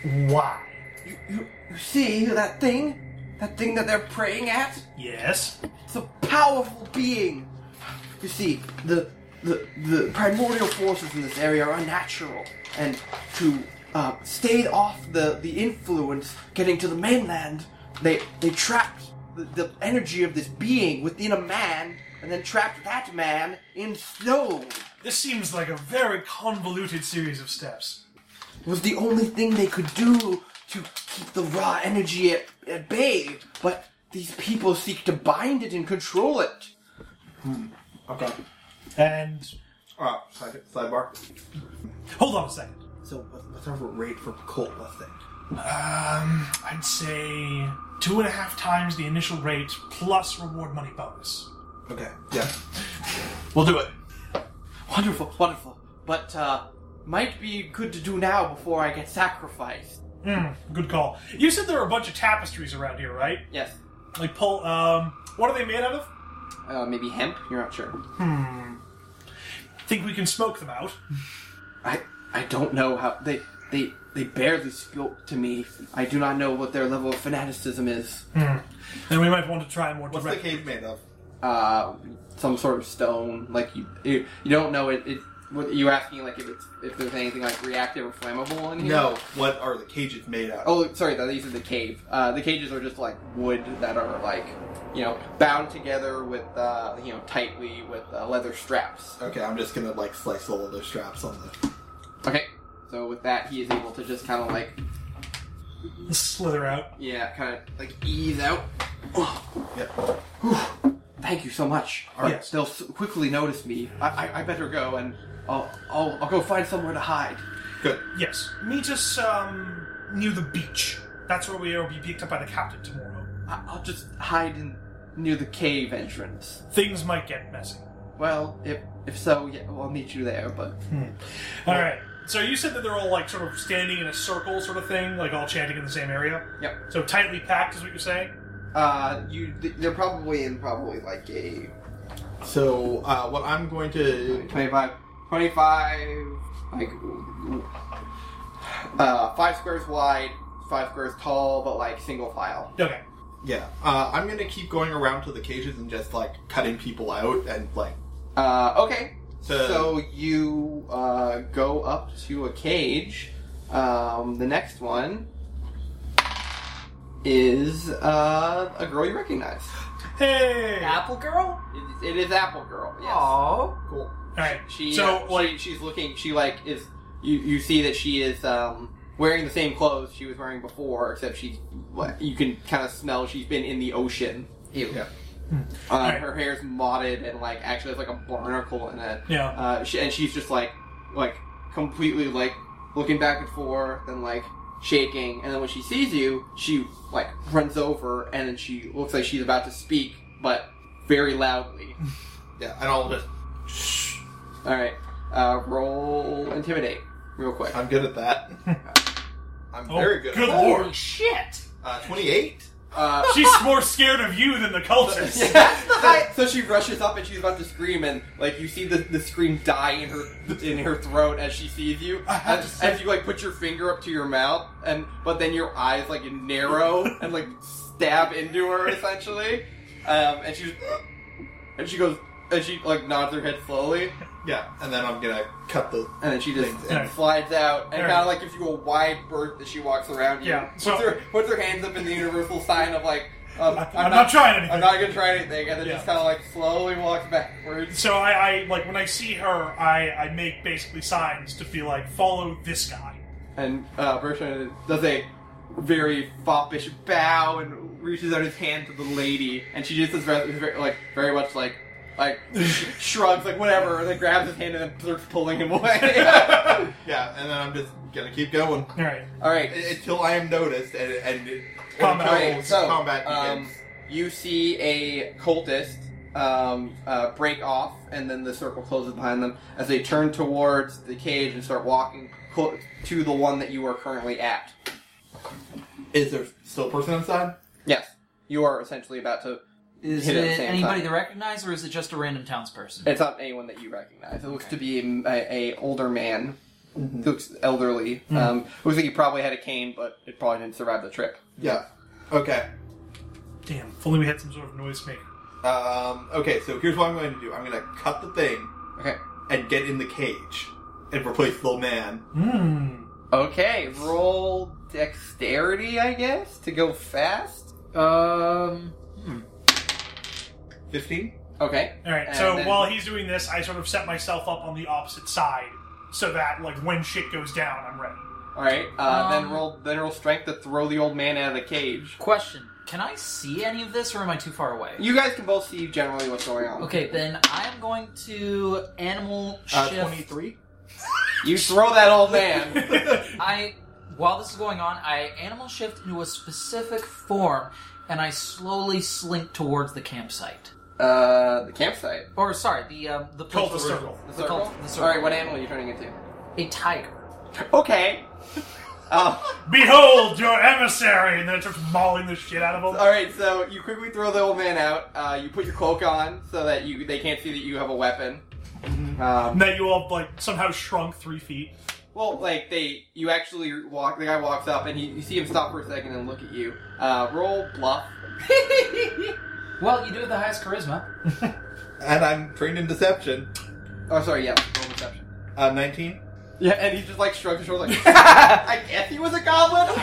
[SPEAKER 1] Why?
[SPEAKER 2] You, you, you see that thing? That thing that they're praying at?
[SPEAKER 1] Yes.
[SPEAKER 2] It's a powerful being. You see, the the, the primordial forces in this area are unnatural, and to uh, stave off the, the influence getting to the mainland, they they trapped the, the energy of this being within a man, and then trapped that man in stone.
[SPEAKER 1] This seems like a very convoluted series of steps.
[SPEAKER 2] It was the only thing they could do to keep the raw energy at, at bay, but these people seek to bind it and control it.
[SPEAKER 4] Okay.
[SPEAKER 1] And.
[SPEAKER 4] Alright, side, sidebar.
[SPEAKER 1] Hold on a second.
[SPEAKER 4] So, what- what's our rate for cult lifting?
[SPEAKER 1] Um, I'd say two and a half times the initial rate plus reward money bonus.
[SPEAKER 4] Okay, yeah. We'll do it.
[SPEAKER 2] Wonderful, wonderful. But uh, might be good to do now before I get sacrificed.
[SPEAKER 1] Hmm, good call. You said there were a bunch of tapestries around here, right?
[SPEAKER 2] Yes.
[SPEAKER 1] Like pull. Um, what are they made out of?
[SPEAKER 2] Uh, maybe hemp. You're not sure.
[SPEAKER 1] Think we can smoke them out?
[SPEAKER 2] I I don't know how they they they barely spoke to me. I do not know what their level of fanaticism is.
[SPEAKER 1] Then we might want to try more
[SPEAKER 4] What's the
[SPEAKER 1] direct.
[SPEAKER 4] cave made of?
[SPEAKER 2] Uh, some sort of stone. Like you you, you don't know it. it what, you asking like if it's if there's anything like reactive or flammable in here?
[SPEAKER 4] No, what are the cages made out of?
[SPEAKER 2] Oh, sorry. that- These are the cave. Uh, the cages are just like wood that are like, you know, bound together with, uh, you know, tightly with uh, leather straps.
[SPEAKER 4] Okay, I'm just gonna like slice all of those straps on the.
[SPEAKER 2] Okay. So with that, he is able to just kind of like,
[SPEAKER 1] Slither out.
[SPEAKER 2] yeah, kind of like ease out. Oh,
[SPEAKER 4] Yep.
[SPEAKER 2] Thank you so much. All
[SPEAKER 1] Yes.
[SPEAKER 2] They'll s- quickly notice me. I, I, I better go and I'll, I'll I'll go find somewhere to hide.
[SPEAKER 4] Good.
[SPEAKER 1] Yes. Meet us um, near the beach. That's where we will be picked up by the captain tomorrow.
[SPEAKER 2] I, I'll just hide in near the cave entrance.
[SPEAKER 1] Things might get messy.
[SPEAKER 2] Well, if if so, yeah, well, I'll meet you there. But
[SPEAKER 1] All right. So you said that they're all like sort of standing in a circle, sort of thing, like all chanting in the same area.
[SPEAKER 2] yep.
[SPEAKER 1] So tightly packed is what you're saying.
[SPEAKER 2] Uh, you th- they're probably in probably like a
[SPEAKER 4] So, uh, what I'm going to.
[SPEAKER 2] 25, 25, like, uh, five squares wide, five squares tall, but like single file.
[SPEAKER 1] Okay.
[SPEAKER 4] Yeah, uh, I'm gonna keep going around to the cages and just like cutting people out and like.
[SPEAKER 2] Uh, okay.
[SPEAKER 4] So-
[SPEAKER 2] so you uh, go up to a cage. Um, the next one is uh, a girl you recognize.
[SPEAKER 1] Hey.
[SPEAKER 3] Apple Girl?
[SPEAKER 2] It, it is Apple Girl. Yes.
[SPEAKER 3] Oh.
[SPEAKER 4] Cool.
[SPEAKER 1] All right.
[SPEAKER 2] She
[SPEAKER 1] so
[SPEAKER 2] uh,
[SPEAKER 1] like
[SPEAKER 2] she, she's looking. She like is you you see that she is um wearing the same clothes she was wearing before, except she's what- you can kind of smell she's been in the ocean.
[SPEAKER 3] Ew.
[SPEAKER 4] Yeah.
[SPEAKER 2] Uh,
[SPEAKER 1] Right.
[SPEAKER 2] Her hair's mottled and like actually has like a barnacle in it.
[SPEAKER 1] Yeah.
[SPEAKER 2] Uh, she, and she's just like like completely like looking back and forth and like shaking. And then when she sees you, she like runs over and then she looks like she's about to speak, but very loudly.
[SPEAKER 4] Yeah, and I'll just.
[SPEAKER 2] All right, uh, roll intimidate real quick.
[SPEAKER 4] Uh, I'm good at that. I'm
[SPEAKER 1] Oh,
[SPEAKER 4] very good.
[SPEAKER 1] good
[SPEAKER 4] at that.
[SPEAKER 1] lord.
[SPEAKER 5] Holy shit!
[SPEAKER 4] Uh, 28.
[SPEAKER 2] Uh,
[SPEAKER 1] She's more scared of you than the cultists.
[SPEAKER 2] so she rushes up and she's about to scream, and like you see the, the scream die in her in her throat as she sees you. As, as you like put your finger up to your mouth, and but then your eyes like narrow and like stab into her essentially, um, and she's and she goes and she like nods her head slowly,
[SPEAKER 4] Yeah, and then I'm gonna cut the.
[SPEAKER 2] and then she just
[SPEAKER 1] Yeah.
[SPEAKER 2] slides out and
[SPEAKER 1] Yeah.
[SPEAKER 2] kind of like gives you a wide berth as she walks around you.
[SPEAKER 1] Yeah, so-
[SPEAKER 2] puts, her, puts her hands up in the universal sign of like. Um,
[SPEAKER 1] I- I'm not trying anything.
[SPEAKER 2] I'm not gonna try anything, and then
[SPEAKER 1] Yeah.
[SPEAKER 2] just kind of like slowly walks backwards.
[SPEAKER 1] So I, I like when I see her, I, I make basically signs to be like, follow this guy.
[SPEAKER 2] And uh, Bertrand does a very foppish bow and reaches out his hand to the lady, and she just is very, very- like very much like like sh- shrugs like whatever, and then grabs his hand and then starts pulling him away.
[SPEAKER 4] Yeah, and then I'm just gonna keep going
[SPEAKER 1] All right.
[SPEAKER 2] All right,
[SPEAKER 4] I- until I am noticed and and it-
[SPEAKER 1] Combat.
[SPEAKER 4] until
[SPEAKER 2] Alright, so,
[SPEAKER 4] Oh, combat
[SPEAKER 2] um,
[SPEAKER 4] begins.
[SPEAKER 2] you see a cultist um, uh, break off, and then the circle closes behind them as they turn towards the cage and start walking clo- to the one that you are currently at.
[SPEAKER 4] Is there still a person inside?
[SPEAKER 2] Yes, you are essentially about to.
[SPEAKER 3] Is
[SPEAKER 2] Hit it at the
[SPEAKER 3] it
[SPEAKER 2] same
[SPEAKER 3] anybody
[SPEAKER 2] time.
[SPEAKER 3] to recognize, or is it just a random townsperson?
[SPEAKER 2] It's not anyone that you recognize. It looks to be a, a, a older man. Looks elderly. Um, looks like he probably had a cane, but it probably didn't survive the trip.
[SPEAKER 4] Yeah. Okay.
[SPEAKER 1] Damn. If only we had some sort of noisemaker.
[SPEAKER 4] Um, okay. So here's what I'm going to do. I'm gonna cut the thing
[SPEAKER 2] Okay.
[SPEAKER 4] and get in the cage and replace the man.
[SPEAKER 1] Hmm.
[SPEAKER 2] Okay. Roll dexterity, I guess, to go fast.
[SPEAKER 3] Um,
[SPEAKER 4] Fifteen.
[SPEAKER 2] Okay.
[SPEAKER 1] All right.
[SPEAKER 2] And
[SPEAKER 1] So
[SPEAKER 2] then-
[SPEAKER 1] while he's doing this, I sort of set myself up on the opposite side so that like when shit goes down, I'm ready.
[SPEAKER 2] All right. Uh, then
[SPEAKER 3] Um,
[SPEAKER 2] roll. Then roll strength to throw the old man out of the cage.
[SPEAKER 3] question: Can I see any of this, or am I too far away?
[SPEAKER 2] You guys can both see generally what's going on.
[SPEAKER 3] Okay, then I'm going to animal
[SPEAKER 4] Uh,
[SPEAKER 3] shift.
[SPEAKER 4] Twenty-three.
[SPEAKER 2] You throw that old man.
[SPEAKER 3] I while this is going on, I animal shift into a specific form, and I slowly slink towards the campsite.
[SPEAKER 2] uh, the campsite.
[SPEAKER 3] Or sorry, the um, the place
[SPEAKER 1] Cult of
[SPEAKER 3] where-
[SPEAKER 1] Circle.
[SPEAKER 2] The
[SPEAKER 3] The
[SPEAKER 2] circle.
[SPEAKER 3] cult- the circle.
[SPEAKER 2] All right. What animal are you turning into?
[SPEAKER 3] A tiger.
[SPEAKER 2] Okay. Uh,
[SPEAKER 1] Behold your emissary, and then it's just mauling the shit out of him.
[SPEAKER 2] all right. So you quickly throw the old man out. Uh, you put your cloak on so that you they can't see that you have a weapon. Um,
[SPEAKER 1] And that you all like somehow shrunk three feet.
[SPEAKER 2] Well, like they, you actually walk. The guy walks up, and he, you see him stop for a second and look at you. Uh, roll bluff.
[SPEAKER 3] Well, you do have the highest charisma.
[SPEAKER 4] And I'm trained in deception.
[SPEAKER 2] oh, sorry, yeah, roll deception.
[SPEAKER 4] Uh, Nineteen.
[SPEAKER 2] Yeah, and he just like shrugs his shoulders, like, I guess he was a goblin.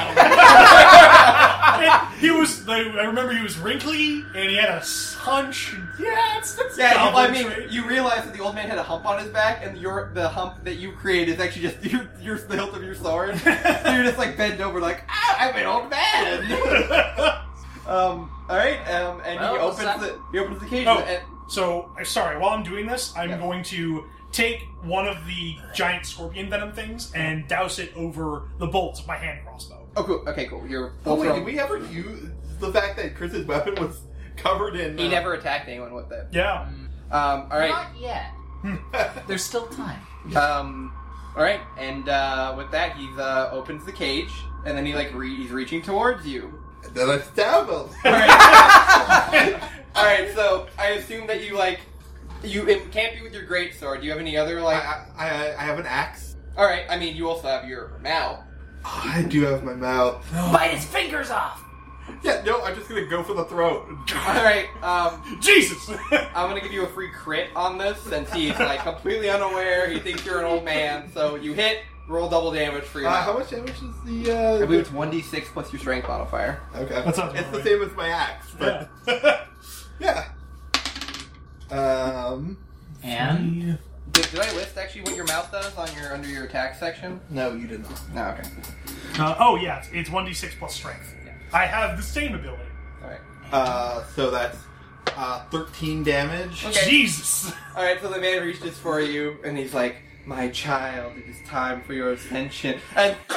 [SPEAKER 1] And he was. Like, I remember he was wrinkly, and he had a hunch. Yeah, it's that's
[SPEAKER 2] yeah, you- I
[SPEAKER 1] goblin
[SPEAKER 2] mean,
[SPEAKER 1] trait.
[SPEAKER 2] you realize that the old man had a hump on his back, and your the hump that you created is actually just your, your the hilt of your sword. so you're just like bent over, like, ah, I'm an old man. um, all right, um, and he
[SPEAKER 3] Well,
[SPEAKER 2] opens
[SPEAKER 3] so-
[SPEAKER 2] the he opens the cage,
[SPEAKER 1] Oh.
[SPEAKER 2] and
[SPEAKER 1] So, I'm sorry, while I'm doing this, I'm
[SPEAKER 2] Yeah.
[SPEAKER 1] going to take one of the giant scorpion venom things and douse it over the bolts of my hand crossbow.
[SPEAKER 2] oh, cool, okay, cool. You're
[SPEAKER 4] Oh
[SPEAKER 2] full
[SPEAKER 4] wait,
[SPEAKER 2] throttle.
[SPEAKER 4] did we ever use the fact that Chris's weapon was covered in?
[SPEAKER 2] He
[SPEAKER 4] uh,
[SPEAKER 2] never attacked anyone with it.
[SPEAKER 1] Yeah.
[SPEAKER 2] Um, all right.
[SPEAKER 3] Not yet. There's still time.
[SPEAKER 2] Um, all right, and uh, with that, he uh, opens the cage, and then he like re- he's reaching towards you.
[SPEAKER 4] Then I stab him.
[SPEAKER 2] All right. all right, so I assume that you like you it can't be with your great sword. Do you have any other
[SPEAKER 4] I,
[SPEAKER 2] like?
[SPEAKER 4] I, I- I have an axe.
[SPEAKER 2] all right, I mean you also have your mouth.
[SPEAKER 4] I do have my mouth.
[SPEAKER 5] Bite his fingers off.
[SPEAKER 4] Yeah, no, I'm just gonna go for the throat. Uh,
[SPEAKER 2] All right, um,
[SPEAKER 1] Jesus!
[SPEAKER 2] I'm gonna give you a free crit on this since he's like completely unaware. He thinks you're an old man, so you hit. Roll double damage for your.
[SPEAKER 4] Uh, how
[SPEAKER 2] mouth.
[SPEAKER 4] much damage is the? Uh,
[SPEAKER 2] I believe it's one d six plus your strength modifier.
[SPEAKER 4] Okay,
[SPEAKER 1] That sounds
[SPEAKER 4] it's the
[SPEAKER 1] about
[SPEAKER 4] same as my axe,
[SPEAKER 1] yeah.
[SPEAKER 4] but yeah. Um,
[SPEAKER 3] And
[SPEAKER 2] Did, did I list actually what your mouth does on your under your attack section?
[SPEAKER 4] no, you did not.
[SPEAKER 2] No, okay.
[SPEAKER 1] Uh, oh, yeah, it's, it's 1d6 plus strength. I have the same ability.
[SPEAKER 2] All right.
[SPEAKER 4] Uh, so that's uh, 13 damage.
[SPEAKER 2] Okay.
[SPEAKER 1] Jesus!
[SPEAKER 2] All right, so the man reaches for you, and he's like, "My child, it is time for your ascension." And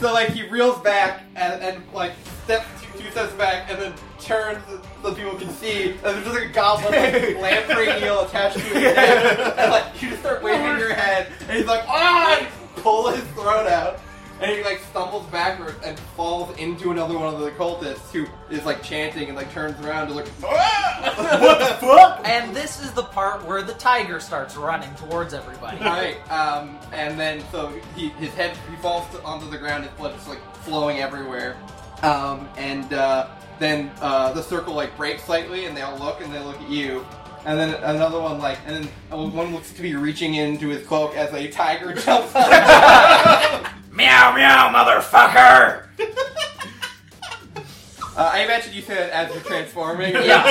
[SPEAKER 2] so, like, he reels back and, and like steps two, two steps back, and then turns so people can see. And there's just like a goblin like, lamprey eel attached to his head, and like you just start waving your head, and he's like, "Ah!" and pull his throat out. and he like stumbles backwards and falls into another one of the cultists who is like chanting and like turns around to look.
[SPEAKER 1] What the fuck?
[SPEAKER 3] And this is the part where the tiger starts running towards everybody.
[SPEAKER 2] All right, um, and then so he, his head he falls to, onto the ground, his blood is like flowing everywhere, um, and uh, then uh, the circle like breaks slightly, and they all look and they look at you, and then another one like, and then uh, one looks to be reaching into his cloak as a tiger jumps. out.
[SPEAKER 5] Meow meow, motherfucker!
[SPEAKER 2] Uh, I imagine you said it as you're transforming.
[SPEAKER 3] Yeah.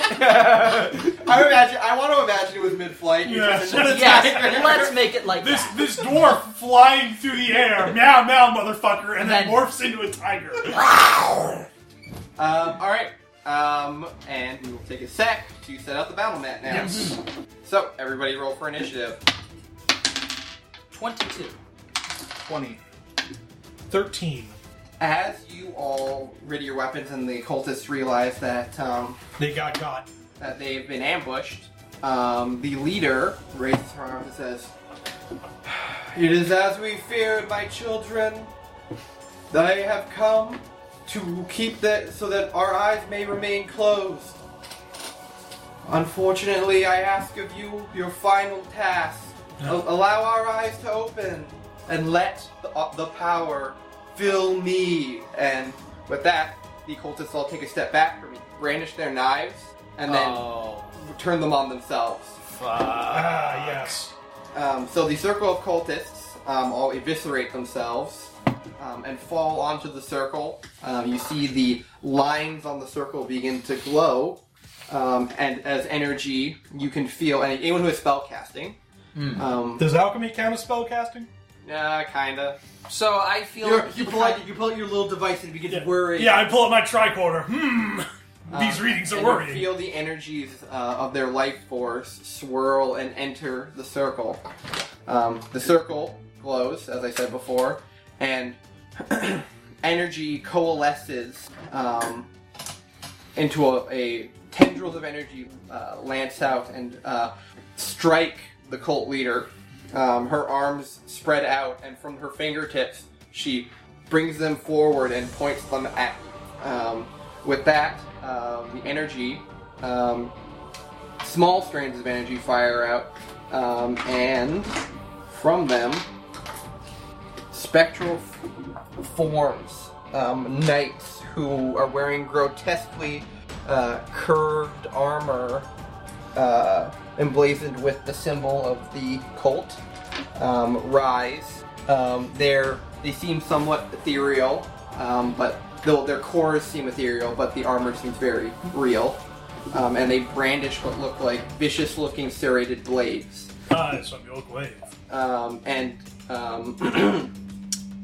[SPEAKER 2] I imagine. I want to imagine it was mid-flight. You
[SPEAKER 1] Yeah.
[SPEAKER 2] just-
[SPEAKER 3] yes, let's make it like
[SPEAKER 1] This
[SPEAKER 3] that.
[SPEAKER 1] this dwarf flying through the air, meow meow, motherfucker, and then
[SPEAKER 3] Then-
[SPEAKER 1] morphs into a tiger.
[SPEAKER 2] Um, all right. Um, and we will take a sec to set up the battle mat now.
[SPEAKER 1] Yes.
[SPEAKER 2] So everybody, roll for initiative.
[SPEAKER 3] 22.
[SPEAKER 4] 20.
[SPEAKER 1] Thirteen.
[SPEAKER 2] As you all rid your weapons and the cultists realize that um,
[SPEAKER 1] They got got.
[SPEAKER 2] that they've been ambushed, um, the leader raises her arms and says, "It is as we feared, my children. They have come to keep that so that our eyes may remain closed. Unfortunately, I ask of you your final task: A- allow our eyes to open and let the, uh, the power fill me." And with that, the cultists all take a step back from me, brandish their knives, and then
[SPEAKER 3] Oh,
[SPEAKER 2] turn them on themselves.
[SPEAKER 3] fuck.
[SPEAKER 1] Ah yes.
[SPEAKER 2] Um, so the circle of cultists um, all eviscerate themselves um, and fall onto the circle. Um, you see the lines on the circle begin to glow, um, and as energy, you can feel. And anyone who is spellcasting, um,
[SPEAKER 1] Does alchemy count as spellcasting?
[SPEAKER 2] nah, kinda.
[SPEAKER 3] So I feel
[SPEAKER 2] You're, you pull out you pull out your little device and begin
[SPEAKER 1] Yeah.
[SPEAKER 2] to worry.
[SPEAKER 1] Yeah, I pull up my tricorder. Hmm. These
[SPEAKER 2] Um,
[SPEAKER 1] readings are
[SPEAKER 2] and
[SPEAKER 1] worrying.
[SPEAKER 2] You feel the energies uh, of their life force swirl and enter the circle. Um, the circle glows, as I said before, and energy coalesces um, into a, a tendrils of energy uh, lance out and uh, strike the cult leader. Um, her arms spread out, and from her fingertips, she brings them forward and points them at you. Um, with that, uh, the energy, um, small strands of energy fire out, um, and from them, spectral f- forms, um, knights who are wearing grotesquely uh, curved armor uh, emblazoned with the symbol of the cult, um, rise. Um, they're, they seem somewhat ethereal, um, but though their cores seem ethereal, but the armor seems very real. Um, and they brandish what look like vicious-looking serrated blades
[SPEAKER 1] Ah, it's on the old wave.
[SPEAKER 2] um, and um,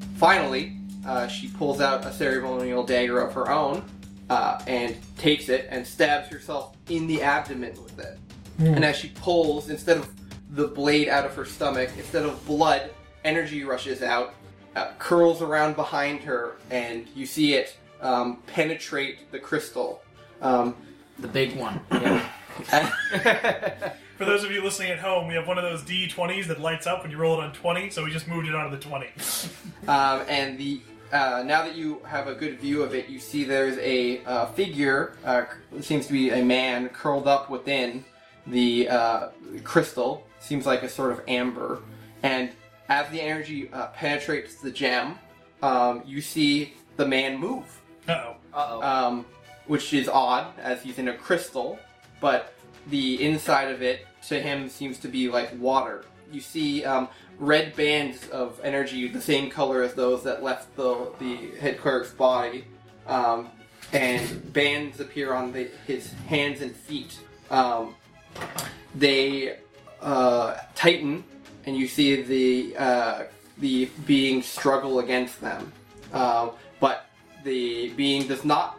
[SPEAKER 2] finally, uh, she pulls out a ceremonial dagger of her own uh, and takes it and stabs herself in the abdomen with it. And as she pulls, instead of the blade out of her stomach, instead of blood, energy rushes out, uh, curls around behind her, and you see it um, penetrate the crystal. Um,
[SPEAKER 3] the big one.
[SPEAKER 1] For those of you listening at home, we have one of those D20s that lights up when you roll it on 20, so we just moved it onto the 20.
[SPEAKER 2] Um, and the uh, now that you have a good view of it, you see there's a uh, figure. Uh, c- seems to be a man curled up within the uh, crystal. Seems like a sort of amber. And as the energy uh, penetrates the gem, um, you see the man move
[SPEAKER 1] Uh-oh.
[SPEAKER 3] Uh-oh.
[SPEAKER 2] um, which is odd as he's in a crystal, but the inside of it to him seems to be like water. You see um, red bands of energy, the same color as those that left the the head clerk's body, um, and bands appear on the, his hands and feet. Um, they uh, tighten, and you see the uh, the being struggle against them. Um, but the being does not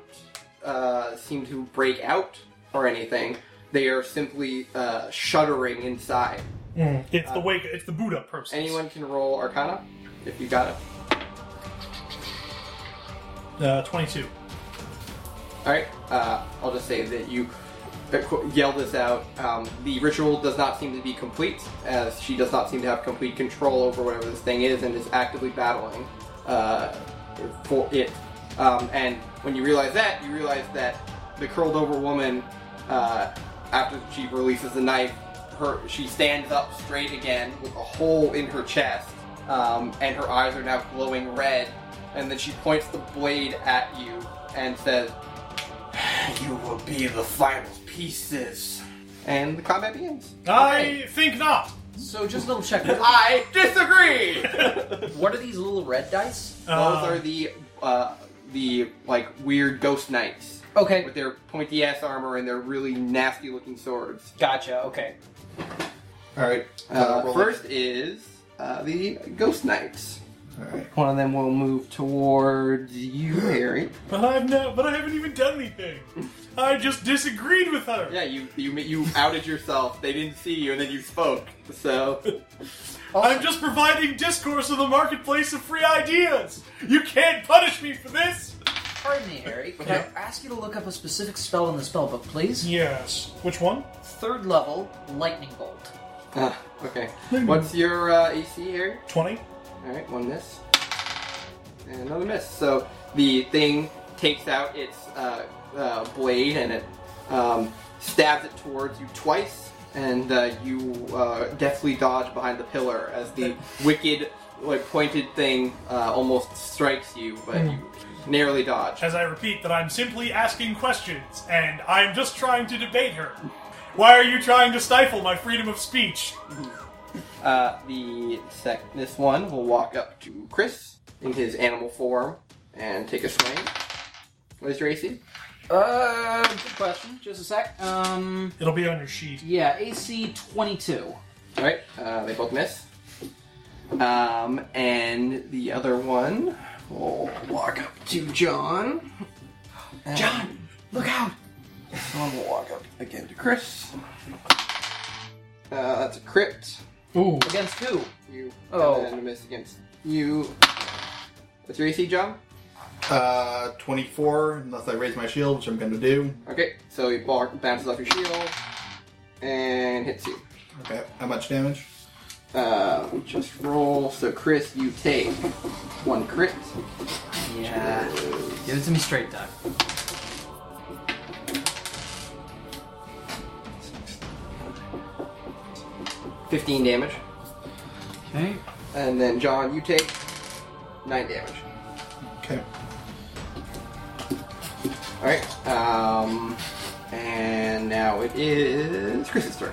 [SPEAKER 2] uh, seem to break out or anything. They are simply uh, shuddering inside.
[SPEAKER 1] It's the wake, it's the boot up process.
[SPEAKER 2] Uh, Anyone can roll Arcana if you got it.
[SPEAKER 1] Uh, 22.
[SPEAKER 2] uh, All right. Uh, I'll just say that you equ- yell this out. Um, the ritual does not seem to be complete, as she does not seem to have complete control over whatever this thing is and is actively battling uh, for it. Um, and when you realize that, you realize that the curled over woman, uh, after she releases the knife, her she stands up straight again with a hole in her chest, um, and her eyes are now glowing red. And then she points the blade at you and says, you will be the final pieces. And the combat begins.
[SPEAKER 1] I think not.
[SPEAKER 3] So just a little check.
[SPEAKER 2] I disagree.
[SPEAKER 3] what are these little red dice?
[SPEAKER 1] Uh.
[SPEAKER 2] Those are the uh, the like weird ghost knights
[SPEAKER 3] Okay.
[SPEAKER 2] with their pointy ass armor and their really nasty looking swords.
[SPEAKER 3] Gotcha. Okay.
[SPEAKER 4] All right.
[SPEAKER 2] Uh,
[SPEAKER 4] roll
[SPEAKER 2] first is uh, the ghost knights.
[SPEAKER 4] it. All right.
[SPEAKER 2] One of them will move towards you, Harry.
[SPEAKER 1] But I've no, but I haven't even done anything. I just disagreed with her.
[SPEAKER 2] Yeah, you you you outed yourself. They didn't see you, and then you spoke. So
[SPEAKER 1] I'm just providing discourse in the marketplace of free ideas. You can't punish me for this.
[SPEAKER 3] Pardon me, Harry. Could
[SPEAKER 1] Yeah.
[SPEAKER 3] I ask you to look up a specific spell in the spell book, please?
[SPEAKER 1] Yes. Which one?
[SPEAKER 3] Third level lightning bolt.
[SPEAKER 2] Ah, okay. What's your uh, AC, Harry?
[SPEAKER 1] Twenty.
[SPEAKER 2] All right, one miss and another miss. So the thing takes out its uh, uh, blade and it um, stabs it towards you twice, and uh, you uh, deftly dodge behind the pillar as the wicked, like pointed thing uh, almost strikes you, but you narrowly dodge.
[SPEAKER 1] As I repeat, that I'm simply asking questions, and I'm just trying to debate her. Why are you trying to stifle my freedom of speech?
[SPEAKER 2] Uh, the sec- this one will walk up to Chris in his animal form and take a swing. What is your AC?
[SPEAKER 3] Uh, good question. Just a sec. Um,
[SPEAKER 1] It'll be on your sheet.
[SPEAKER 3] yeah, AC 22.
[SPEAKER 2] All right, uh, they both miss. Um, and the other one will walk up to John. John, look out! This one will walk up again to Chris. Uh, that's a crypt.
[SPEAKER 3] Ooh. Against who?
[SPEAKER 2] You
[SPEAKER 3] Oh.
[SPEAKER 2] and a miss against you. What's your AC, John?
[SPEAKER 4] Uh, 24, unless I raise my shield, which I'm going to do.
[SPEAKER 2] Okay, so he bar- bounces off your shield and hits you.
[SPEAKER 4] Okay. How much damage?
[SPEAKER 2] Uh, we just roll. So Chris, you take one crit.
[SPEAKER 3] Yeah. Give it to me straight, Doug.
[SPEAKER 2] Fifteen damage.
[SPEAKER 3] Okay.
[SPEAKER 2] And then John, you take nine damage.
[SPEAKER 4] Okay.
[SPEAKER 2] All right. Um, and now it is Chris's turn.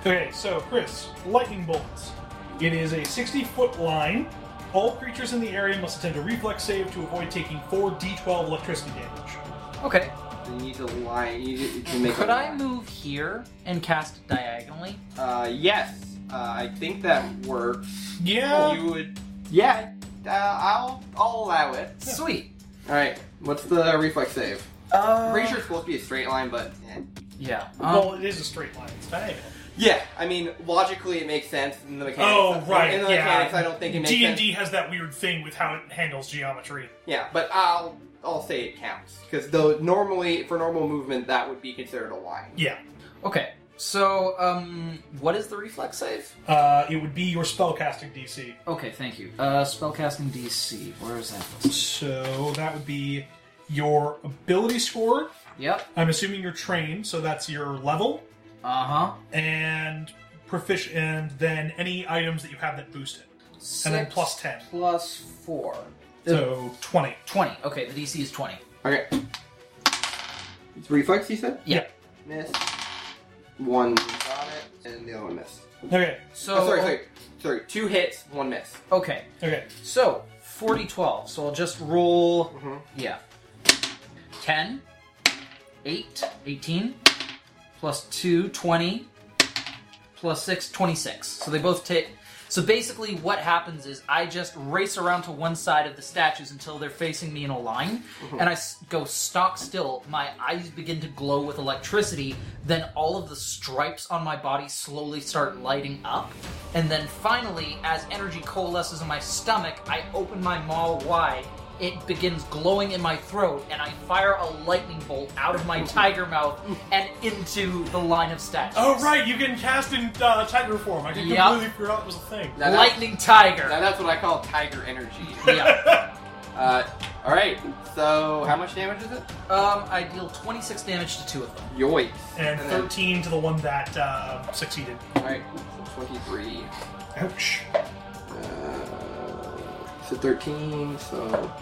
[SPEAKER 1] Okay, so Chris, lightning bolts. It is a 60 foot line. All creatures in the area must attempt a reflex save to avoid taking 4d12 electricity damage.
[SPEAKER 3] Okay.
[SPEAKER 2] You need to line. You need to make. a
[SPEAKER 3] Could I
[SPEAKER 2] line.
[SPEAKER 3] move here and cast diagonally?
[SPEAKER 2] Uh, yes. Uh, I think that works.
[SPEAKER 1] Yeah.
[SPEAKER 2] You would. Oh. Yeah. Uh, I'll. I'll allow it.
[SPEAKER 3] Sweet.
[SPEAKER 2] All right. What's the reflex save?
[SPEAKER 3] Uh,
[SPEAKER 2] Pretty sure it's supposed to be a straight line, but. eh.
[SPEAKER 3] Yeah.
[SPEAKER 1] well,
[SPEAKER 3] Um,
[SPEAKER 1] it is a straight line. It's diagonal.
[SPEAKER 2] Yeah, I mean, logically it makes sense in the
[SPEAKER 1] Oh,
[SPEAKER 2] mechanics.
[SPEAKER 1] right.
[SPEAKER 2] In the
[SPEAKER 1] yeah.
[SPEAKER 2] mechanics, I don't think it makes
[SPEAKER 1] D&D
[SPEAKER 2] sense.
[SPEAKER 1] has that weird thing with how it handles geometry.
[SPEAKER 2] Yeah, but I'll I'll say it counts because though normally for normal movement that would be considered a line.
[SPEAKER 1] Yeah.
[SPEAKER 3] okay. So, um, what is the reflex save?
[SPEAKER 1] Uh, it would be your spellcasting DC.
[SPEAKER 3] Okay, thank you. Uh, spellcasting DC. Where is that?
[SPEAKER 1] So that would be your ability score.
[SPEAKER 3] Yep.
[SPEAKER 1] I'm assuming you're trained, so that's your level
[SPEAKER 3] Uh huh.
[SPEAKER 1] and profici and then any items that you have that boost it. And then plus 10.
[SPEAKER 3] Plus four.
[SPEAKER 2] Uh,
[SPEAKER 1] So 20.
[SPEAKER 3] 20. Okay, the DC is 20.
[SPEAKER 2] Okay. It's reflex, you said.
[SPEAKER 3] Yeah.
[SPEAKER 2] Miss. One got it, and the other one missed.
[SPEAKER 1] Okay.
[SPEAKER 3] So,
[SPEAKER 2] Oh, sorry, sorry, sorry. Two hits, one miss.
[SPEAKER 3] okay.
[SPEAKER 1] Okay.
[SPEAKER 3] So, 40 12. So I'll just roll.
[SPEAKER 2] Mm-hmm.
[SPEAKER 3] Yeah. 10, 8, 18, plus 2, 20, plus 6, 26. So they both take. So basically, what happens is I just race around to one side of the statues until they're facing me in a line, and I s- go stock still. My eyes begin to glow with electricity. Then all of the stripes on my body slowly start lighting up, and then finally, as energy coalesces in my stomach, I open my maw wide it begins glowing in my throat, and I fire a lightning bolt out of my tiger mouth and into the line of statues.
[SPEAKER 1] Oh right, you can cast in uh, tiger form. I didn't
[SPEAKER 3] Yep.
[SPEAKER 1] completely figure out it was a thing.
[SPEAKER 2] Now that's-
[SPEAKER 3] Lightning tiger.
[SPEAKER 2] Now that's what I call tiger energy.
[SPEAKER 3] yeah.
[SPEAKER 2] Uh, all right. So how much damage is it?
[SPEAKER 3] Um, I deal 26 damage to two of them.
[SPEAKER 2] Yoiks.
[SPEAKER 1] And
[SPEAKER 2] then-
[SPEAKER 1] 13 to the one that uh, succeeded.
[SPEAKER 2] All right. so Twenty-three.
[SPEAKER 4] Ouch.
[SPEAKER 2] Uh, so thirteen. So.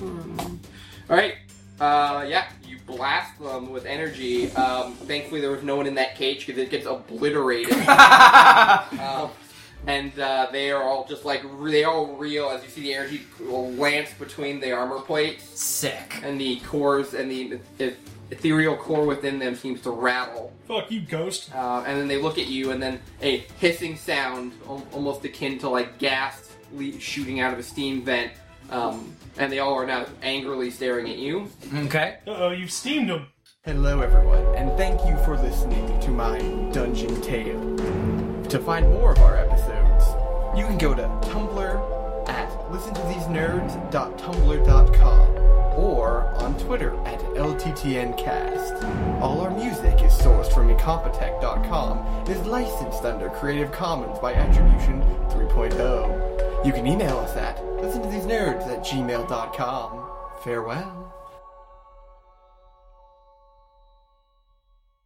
[SPEAKER 2] All right. Uh, yeah. You blast them with energy. Um, thankfully, there was no one in that cage because it gets obliterated. Um, and uh, they are all just like re- they all reel as you see the energy lance between the armor plates
[SPEAKER 3] Sick.
[SPEAKER 2] and the cores and the eth- ethereal core within them seems to rattle.
[SPEAKER 1] Fuck you, ghost.
[SPEAKER 2] Uh, and then they look at you, and then a hissing sound, al- almost akin to like gas le- shooting out of a steam vent. Um, and they all are now angrily staring at you.
[SPEAKER 3] Okay.
[SPEAKER 1] Uh oh, you've steamed him.
[SPEAKER 6] Hello, everyone, and thank you for listening to my Dungeon Tale. To find more of our episodes, you can go to Tumblr at listentothesenerds.tumblr.com or on Twitter at LTTNcast. All our music is sourced from incompetech.com and is licensed under Creative Commons by Attribution 3.0. You can email us at listentothesenerds at gmail.com. Farewell.